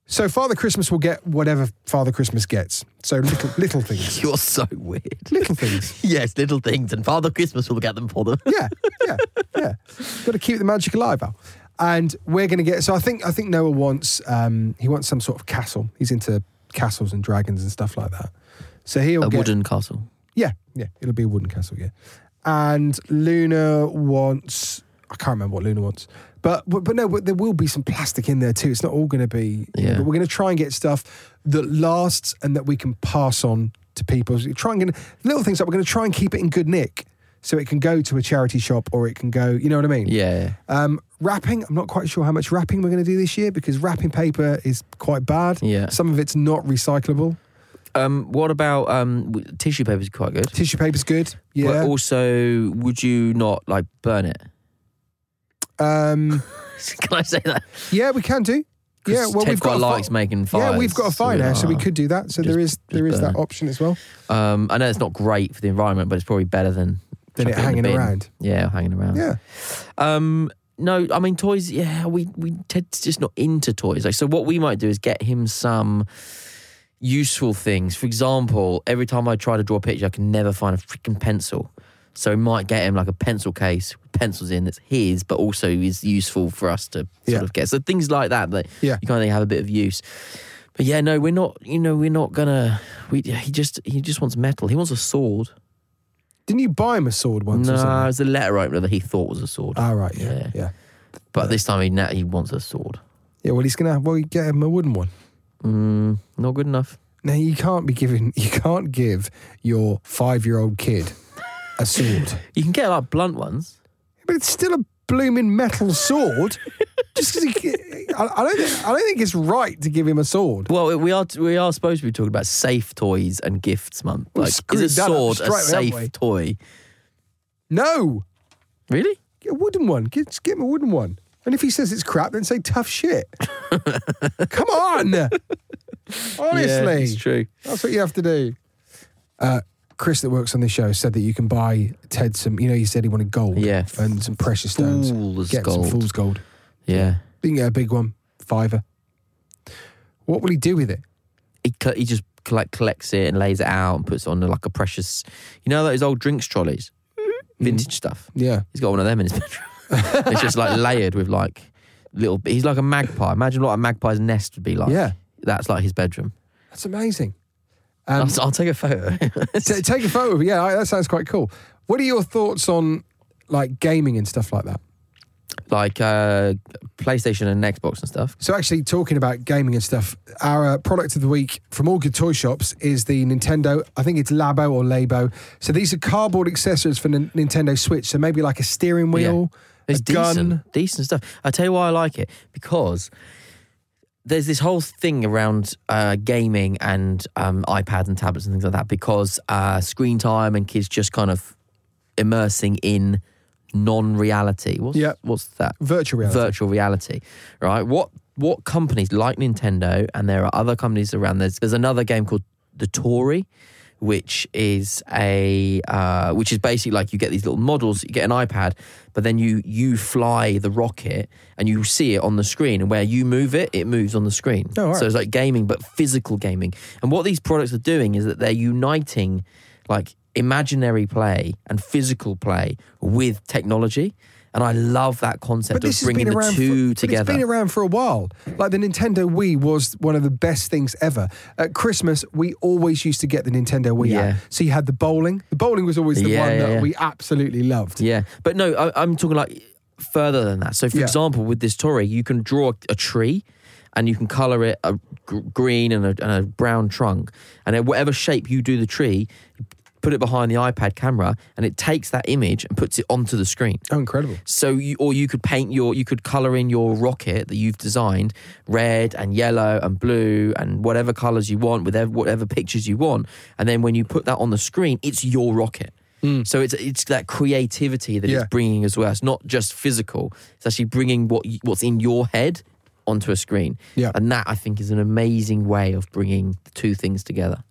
A: So Father Christmas will get whatever Father Christmas gets. So little little things,
C: You're so weird.
A: little things.
C: yes, little things, and Father Christmas will get them for them.
A: Yeah, yeah, yeah. Got to keep the magic alive, Al. And we're going to get. So I think I think Noah wants um, he wants some sort of castle. He's into castles and dragons and stuff like that. So he'll
C: a
A: get,
C: wooden castle.
A: Yeah, yeah, it'll be a wooden castle, yeah. And Luna wants I can't remember what Luna wants. But but, but no, but there will be some plastic in there too. It's not all going to be
C: Yeah.
A: but we're going to try and get stuff that lasts and that we can pass on to people. So try and get little things like we're going to try and keep it in good nick so it can go to a charity shop or it can go, you know what I mean?
C: Yeah.
A: Um, wrapping, I'm not quite sure how much wrapping we're going to do this year because wrapping paper is quite bad.
C: Yeah.
A: Some of it's not recyclable.
C: Um, what about um, w- tissue paper is quite good.
A: Tissue paper's good.
C: But
A: Yeah.
C: also, would you not like burn it?
A: Um,
C: Can I say that?
A: Yeah, we can do.
C: 'Cause
A: Yeah, well,
C: Ted
A: we've got
C: quite
A: a fi-
C: likes making fires.
A: yeah, we've got a fire now, so we
C: like,
A: could do that. So
C: Just-
A: there is
C: just
A: there is
C: burn
A: that
C: it.
A: option as well.
C: Um, I know it's not great for the environment, but it's probably better than
A: Than it
C: chucking in the
A: hanging
C: bin.
A: around.
C: Yeah, hanging around.
A: Yeah,
C: Um, no, I mean toys. Yeah, we we Ted's just not into toys. Like, so what we might do is get him some useful things. For example, every time I try to draw a picture, I can never find a freaking pencil. So we might get him like a pencil case, with pencils in that's his, but also is useful for us to sort
A: Yeah.
C: of get. So things like that that
A: Yeah.
C: you kind of have a bit of use. But yeah, no, we're not. You know, we're not gonna. We he just he just wants metal. He wants a sword.
A: Didn't you buy him a sword once or
C: No,
A: something?
C: it's a letter opener that he thought was a sword.
A: Ah, right, yeah, yeah.
C: Yeah.
A: Yeah,
C: but this time he na- he wants a sword.
A: well, he's going to, well, you get him a wooden one.
C: Mm, not good enough.
A: Now, you can't be giving, you can't give your five year old kid a sword.
C: You can get like blunt ones.
A: But it's still a blooming metal sword. Just because I, I don't, think, I don't think it's right to give him a sword.
C: Well, we are we are supposed to be talking about safe toys and gifts month.
A: We've
C: Like,
A: screwed
C: is a
A: that up
C: sword a
A: straight away, haven't we?
C: safe toy?
A: No,
C: Really?
A: get a wooden one. Get, just get him a wooden one. And if he says it's crap, then say tough shit. Come on, honestly,
C: it's true.
A: that's what you have to do. Uh, Chris, that works on this show, said that you can buy Ted some. You know, he said he wanted gold,
C: Yeah.
A: and some precious stones.
C: Fool's
A: get
C: gold.
A: some fool's gold.
C: Yeah,
A: You can get a big one, fiver. What will he do with it?
C: he co- he just collect, collects it and lays it out and puts it on like a precious, you know those old drinks trolleys, vintage stuff.
A: Yeah.
C: He's got one of them in his bedroom. it's just like layered with like little. He's like a magpie. Imagine what a magpie's nest would be like.
A: Yeah.
C: that's like his bedroom.
A: That's amazing. Um,
C: I'll, I'll take a photo.
A: T- take a photo. of it. Yeah, I- that sounds quite cool. What are your thoughts on like gaming and stuff like that?
C: like uh, PlayStation and Xbox and stuff.
A: So, actually, talking about gaming and stuff, our uh, product of the week from all good toy shops is the Nintendo. I think it's Labo or Labo. So these are cardboard accessories for N- Nintendo Switch. So maybe like a steering wheel,
C: It's
A: a gun.
C: decent, decent stuff. I tell you why I like it because there's this whole thing around uh, gaming and um, iPads and tablets and things like that because uh, screen time and kids just kind of immersing in non-reality. What's,
A: Yeah.
C: what's that?
A: Virtual reality.
C: virtual reality, right? What what companies like Nintendo and there are other companies around. There's there's another game called the Tory, which is a uh, which is basically like you get these little models, you get an iPad, but then you you fly the rocket and you see it on the screen, and where you move it, it moves on the screen.
A: Oh, all right.
C: So it's like gaming, but physical gaming. And what these products are doing is that they're uniting like imaginary play and physical play with technology. And I love that concept
A: But
C: of
A: this has
C: bringing
A: been
C: the
A: around
C: two
A: for, But
C: together.
A: it's been around for a while. Like the Nintendo Wii was one of the best things ever. At Christmas, we always used to get the Nintendo Wii
C: Yeah.
A: out. So you had the bowling. The bowling was always the
C: Yeah,
A: one
C: yeah,
A: that
C: yeah.
A: we absolutely loved.
C: yeah, but no, I, I'm talking like further than that. So, for
A: Yeah.
C: example, with this Tory, you can draw a tree, and you can color it a gr- green and a, and a brown trunk, and then whatever shape you do the tree, put it behind the iPad camera, and it takes that image and puts it onto the screen.
A: Oh, incredible.
C: So, you, or you could paint your, you could color in your rocket that you've designed red and yellow and blue and whatever colors you want, with ev- whatever pictures you want. And then when you put that on the screen, it's your rocket. So it's it's that creativity that
A: Hmm. Yeah.
C: it's bringing as well. It's not just physical. It's actually bringing what you, what's in your head onto a screen.
A: Yeah.
C: And that I think is an amazing way of bringing the two things together.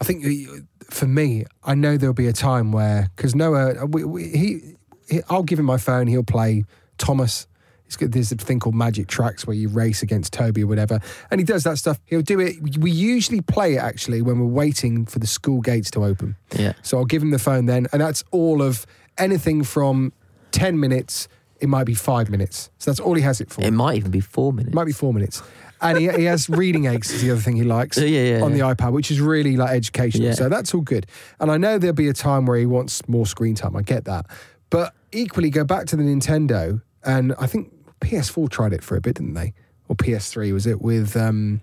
A: I think uh, for me, I know there'll be a time where because Noah, uh, we, we, he, he, I'll give him my phone. He'll play Thomas. It's good. There's a thing called Magic Tracks where you race against Toby or whatever, and he does that stuff. He'll do it. We usually play it actually when we're waiting for the school gates to open.
C: Yeah.
A: So I'll give him the phone then, and that's all of anything from ten minutes. It might be five minutes. So that's all he has it for.
C: It might even be four minutes.
A: Might be four minutes. And he, he has reading eggs is the other thing he likes
C: Yeah, yeah, yeah,
A: on
C: yeah.
A: the iPad, which is really like educational.
C: Yeah.
A: So that's all good. And I know there'll be a time where he wants more screen time. I get that. But equally, go back to the Nintendo, and I think PS4 tried it for a bit, didn't they? Or PS3 was it with um,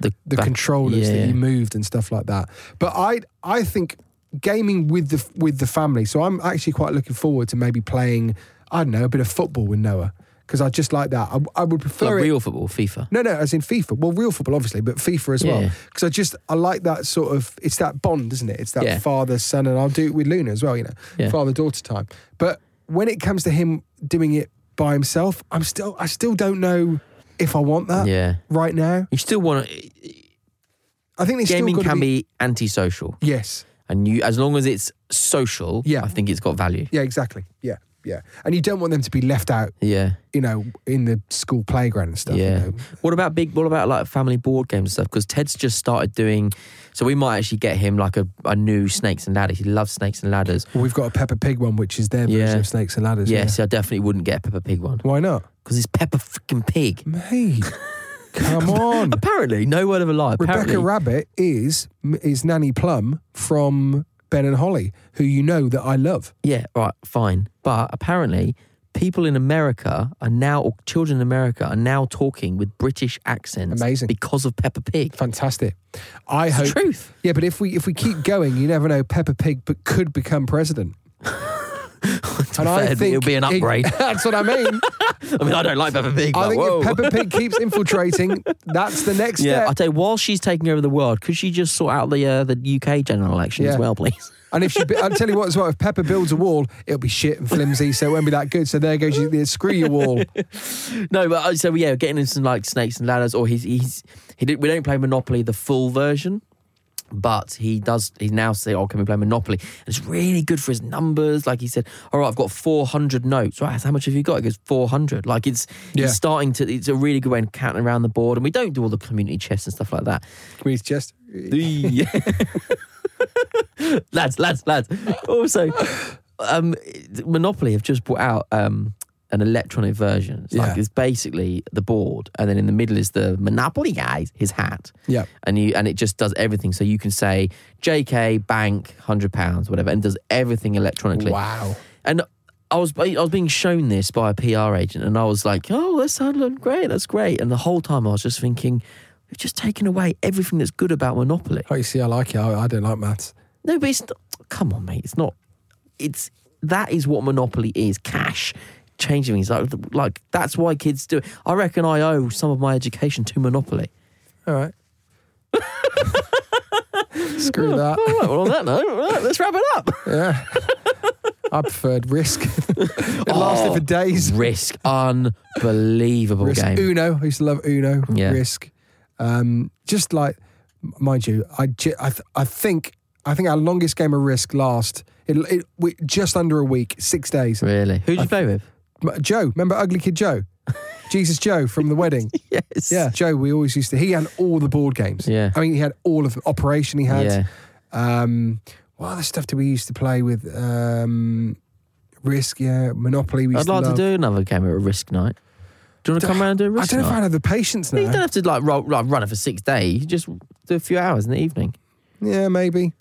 A: the
C: back-
A: controllers
C: yeah.
A: that you moved and stuff like that. But I I think gaming with the with the family. So I'm actually quite looking forward to maybe playing I don't know a bit of football with Noah because I just like that. I, I would
C: like
A: prefer it.
C: real football, FIFA.
A: No, no, as in FIFA. Well, real football, obviously, but FIFA as well.
C: Yeah.
A: Because I just I like that sort of it's that bond, isn't it? It's that
C: Yeah.
A: father son, and I'll do it with Luna as well. You know,
C: Yeah.
A: father daughter time. But when it comes to him doing it by himself, I'm still I still don't know if I want that
C: Yeah.
A: right now.
C: You still want to,
A: I think they
C: gaming
A: still gotta
C: can be, antisocial,
A: Yes.
C: and you as long as it's social,
A: Yeah.
C: I think it's got value.
A: Yeah. Exactly. Yeah. yeah. And you don't want them to be left out,
C: Yeah.
A: you know, in the school playground and stuff.
C: Yeah.
A: You know?
C: What about big? What about like family board games and stuff? Because Ted's just started doing. So we might actually get him like a, a new snakes and ladders. He loves snakes and ladders.
A: Well, we've got a Peppa Pig one, which is their version
C: Yeah.
A: of Snakes and Ladders.
C: Yeah,
A: yeah.
C: see, I definitely wouldn't get a Peppa Pig one
A: Why not?
C: because it's Peppa freaking Pig.
A: Mate, come on.
C: Apparently, no word of a lie. Apparently,
A: Mm. Rebecca Rabbit is is Nanny Plum from Ben and Holly, who you know that I love.
C: yeah, right, fine. But apparently, people in America are now, or children in America are now talking with British accents.
A: Amazing.
C: because of Peppa Pig.
A: Fantastic. I hope.
C: truth.
A: Yeah, but if we if we keep going, you never know. Peppa Pig but could become president,
C: To be fair, it'll be an
A: it-
C: upgrade.
A: that's what I mean.
C: I mean, I don't like Peppa Pig.
A: I
C: but
A: think
C: whoa.
A: if Peppa Pig keeps infiltrating, that's the next
C: Yeah, I
A: step.
C: tell you, while she's taking over the world, could she just sort out the uh, the UK general election
A: Yeah.
C: as well, please?
A: and if she, bu- I'll tell you what as well. If Peppa builds a wall, it'll be shit and flimsy, so it won't be that good. So there goes your, screw your wall.
C: no, but uh, so yeah, getting into some like snakes and ladders, or he's he's he did, we don't play Monopoly the full version. But he does. He now say, "Oh, can we play Monopoly?" And it's really good for his numbers. Like he said, "All right, I've got four hundred notes. Right, so how much have you got?" He goes, 400. Like it's
A: Yeah.
C: he's starting to. It's a really good way of counting around the board. And we don't do all the community chess and stuff like that.
A: We just
C: lads, lads, lads. Also, um, Monopoly have just brought out um, an electronic version. It's like
A: Yeah.
C: it's basically the board, and then in the middle is the Monopoly guy, his hat.
A: Yeah.
C: and you and it just does everything. So you can say J.K. Bank, hundred pounds, whatever, and does everything electronically.
A: wow.
C: And I was I was being shown this by a PR agent, and I was like, "Oh, that sounds great. That's great." And the whole time I was just thinking, "We've just taken away everything that's good about Monopoly."
A: Oh, you see, I like it. I, I don't like maths.
C: No, but it's not, come on, mate. It's not. It's that is what monopoly is. Cash changing things like like that's why kids do it. I reckon I owe some of my education to monopoly.
A: All right. Screw that.
C: All right, well, on that note, all right, let's wrap it up.
A: Yeah. I preferred Risk. it lasted for days.
C: Oh, Risk, unbelievable
A: Risk.
C: game.
A: Uno. I used to love Uno.
C: Yeah.
A: Risk. Um, just like, m- mind you, I, ju- I, th- I think I think our longest game of Risk last it, it we, just under a week, six days.
C: Really? Who did you play with?
A: M- Joe, remember Ugly Kid Joe, Jesus Joe from the wedding.
C: Yes.
A: Yeah, Joe. We always used to. He had all the board games.
C: Yeah.
A: I mean, he had all of them. Operation. He had.
C: Yeah.
A: Um, what other stuff do we used to play with? Um, Risk, yeah, Monopoly. We
C: I'd
A: used
C: like
A: to,
C: to
A: love.
C: do another game at a risk night. Do you want to come around and do a
A: I
C: risk
A: don't know if
C: night?
A: I'd have the patience
C: you don't
A: now.
C: have to like, roll, like run it for six days. You just do a few hours in the evening.
A: Yeah, maybe.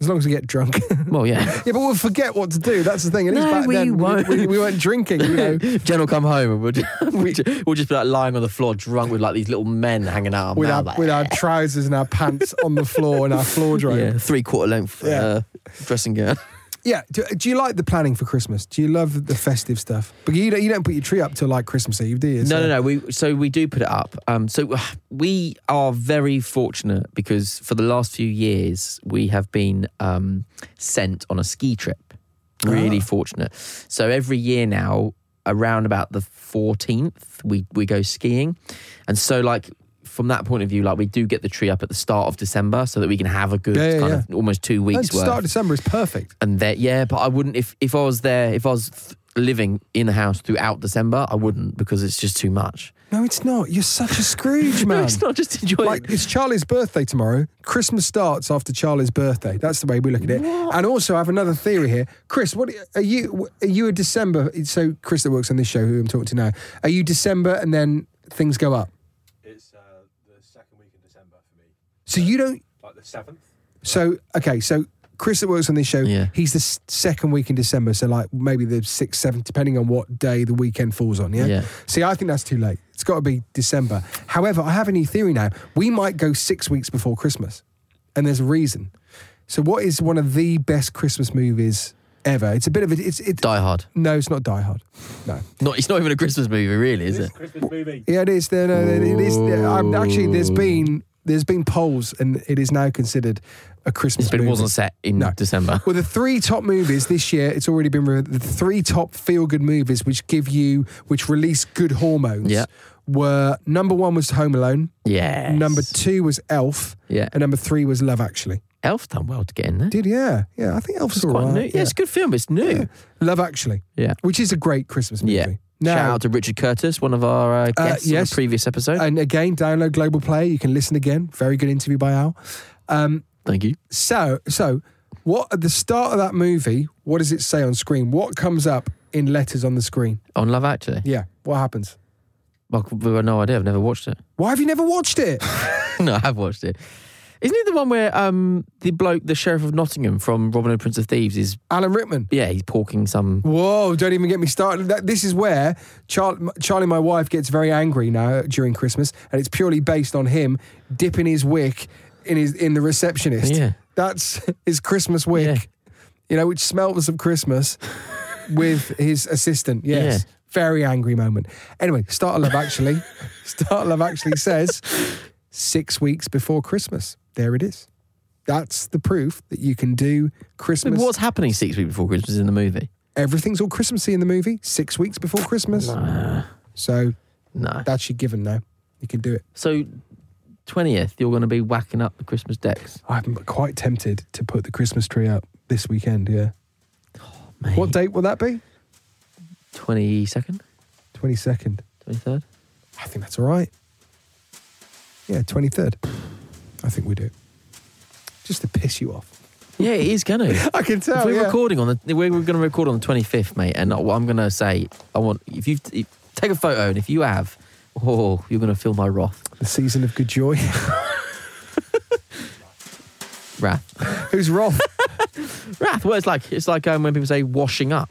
A: As long as we get drunk. yeah,
C: Well, yeah.
A: but we'll forget what to do. That's the thing. At least
C: No,
A: back
C: we
A: then,
C: won't.
A: We, we, weren't drinking. You know,
C: Jen will come home and we'll just, we'll ju- we'll just be like lying on the floor drunk with like these little men hanging out. Our
A: with our
C: mouth, like,
A: with our trousers and our pants on the floor and our floor drape.
C: yeah,
A: Yeah.
C: three quarter length uh, dressing gown.
A: Do, do you like the planning for Christmas? Do you love the festive stuff? But you don't, you don't put your tree up till like Christmas Eve, do you?
C: No, no, no. We so we do put it up. Um, so we are very fortunate because for the last few years we have been um, sent on a ski trip.
A: Ah.
C: Really fortunate. So every year now, around about the fourteenth, we we go skiing, and so like from that point of view, like we do get the tree up at the start of December so that we can have a good
A: Yeah, yeah,
C: kind of almost two
A: And
C: weeks worth.
A: start of December is perfect.
C: And that, yeah, but I wouldn't if if I was there, if I was th- living in the house throughout December, I wouldn't because it's just too much.
A: No, it's not. You're such a Scrooge, man.
C: No, it's not just enjoy.
A: like it's Charlie's birthday tomorrow. Christmas starts after Charlie's birthday. That's the way we look at it. And also, I have another theory here, Chris. What are you? Are you a December? So Chris that works on this show, who I'm talking to now, are you December and then things go up?
E: It's uh, the second week in December for me,
A: So you don't.
E: like the seventh.
A: So okay, so. Chris that works on this show,
C: Yeah.
A: he's the s- second week in December, so like maybe the sixth, seventh, depending on what day the weekend falls on. Yeah.
C: Yeah.
A: See, I think that's too late. It's got to be December. However, I have a new theory now. We might go six weeks before Christmas, and there's a reason. So, what is one of the best Christmas movies ever? It's a bit of a. It's it.
C: Die Hard.
A: no, it's not Die Hard. No.
C: Not it's not even a Christmas movie, really, is it?
E: Christmas movie.
A: Yeah, it is. No, no, it is. I'm, actually, there's been there's been polls, and it is now considered a Christmas.
C: But it
A: movie.
C: wasn't set in
A: No.
C: December.
A: Well, the three top movies this year, it's already been re- the three top feel good movies which give you, which release good hormones.
C: Yeah.
A: Were number one was Home Alone,
C: Yeah.
A: number two was Elf,
C: Yeah.
A: and number three was Love Actually.
C: Elf done well to get in there.
A: Did yeah, yeah. I think Elf's
C: It's
A: all
C: quite
A: right.
C: new. Yeah. it's a good film. It's new. Yeah.
A: Love Actually.
C: Yeah.
A: which is a great Christmas movie. Now,
C: Shout out to Richard Curtis, one of our uh, guests in
A: yes.
C: the previous episode.
A: and again, download Global Play. You can listen again. Very good interview by Al. Um,
C: Thank you.
A: so, so what at the start of that movie? What does it say on screen? What comes up in letters on the screen?
C: On Love Actually.
A: Yeah, what happens?
C: Well, I've got no idea. I've never watched it.
A: Why have you never watched it?
C: no, I have watched it. Isn't it the one where um, the bloke, the sheriff of Nottingham from Robin Hood, Prince of Thieves, is
A: Alan Rickman.
C: yeah, he's porking some.
A: Whoa, don't even get me started. That, this is where Char- Charlie, my wife, gets very angry now during Christmas, and it's purely based on him dipping his wick in his in the receptionist.
C: Yeah.
A: That's his Christmas wick, you know, which smells of Christmas with his assistant. Yes.
C: Yeah.
A: Very angry moment. Anyway, Start of Love actually, Start of Love actually says six weeks before Christmas. There it is. That's the proof that you can do
C: So
A: Christmas.
C: what's happening six weeks before Christmas in the movie?
A: Everything's all Christmassy in the movie, six weeks before Christmas. So
C: No.
A: that's your given now. You can do it.
C: So, 20th, you're going to be whacking up the Christmas decks.
A: I'm quite tempted to put the Christmas tree up this weekend, yeah.
C: Mate.
A: What date will that be?
C: 22nd?
A: 22nd.
C: 23rd?
A: I think that's all right. Yeah, 23rd. I think we do. Just to piss you off.
C: Yeah, it is going to.
A: I can
C: If
A: tell.
C: we're
A: yeah.
C: recording on the, we're, we're going to record on the 25th, mate. And what I'm going to say, I want if you if, take a photo, and if you have, oh, you're going to feel my wrath.
A: The season of good joy.
C: Wrath,
A: Who's Roth?
C: wrath. Well, it's like it's like um, when people say washing up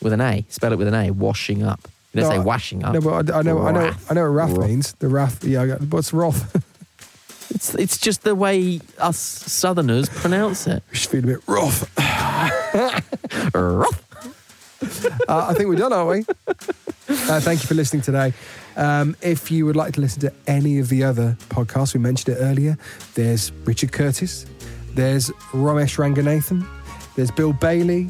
C: with an A, spell it with an A, washing up. They
A: No,
C: don't say
A: I-
C: washing up.
A: no, but I, I know, I know,
C: Wrath.
A: I know what wrath, means. The wrath. Yeah, I got- what's Roth?
C: It's it's just the way us Southerners pronounce it.
A: we should feel a bit Roth. Uh,
C: Wrath.
A: I think we're done, aren't we? Uh, thank you for listening today. Um, if you would like to listen to any of the other podcasts, we mentioned it earlier. There's Richard Curtis. There's Ramesh Ranganathan. There's Bill Bailey.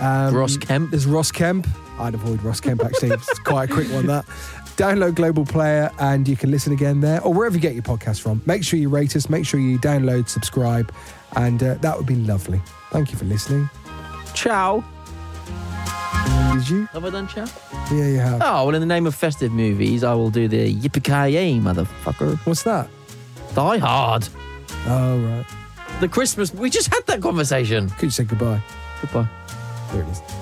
A: Um,
C: Ross Kemp.
A: There's Ross Kemp. I'd avoid Ross Kemp actually. it's quite a quick one that. Download Global Player and you can listen again there or wherever you get your podcast from. Make sure you rate us, make sure you download, subscribe, and uh, that would be lovely. Thank you for listening.
C: Ciao.
A: Did you?
C: Have I done ciao?
A: Yeah, you have.
C: Oh well, in the name of festive movies, I will do the yippee ki motherfucker.
A: What's that?
C: Die hard.
A: Oh, right.
C: The Christmas. We just had that conversation.
A: Could you say goodbye?
C: Goodbye.
A: There it is.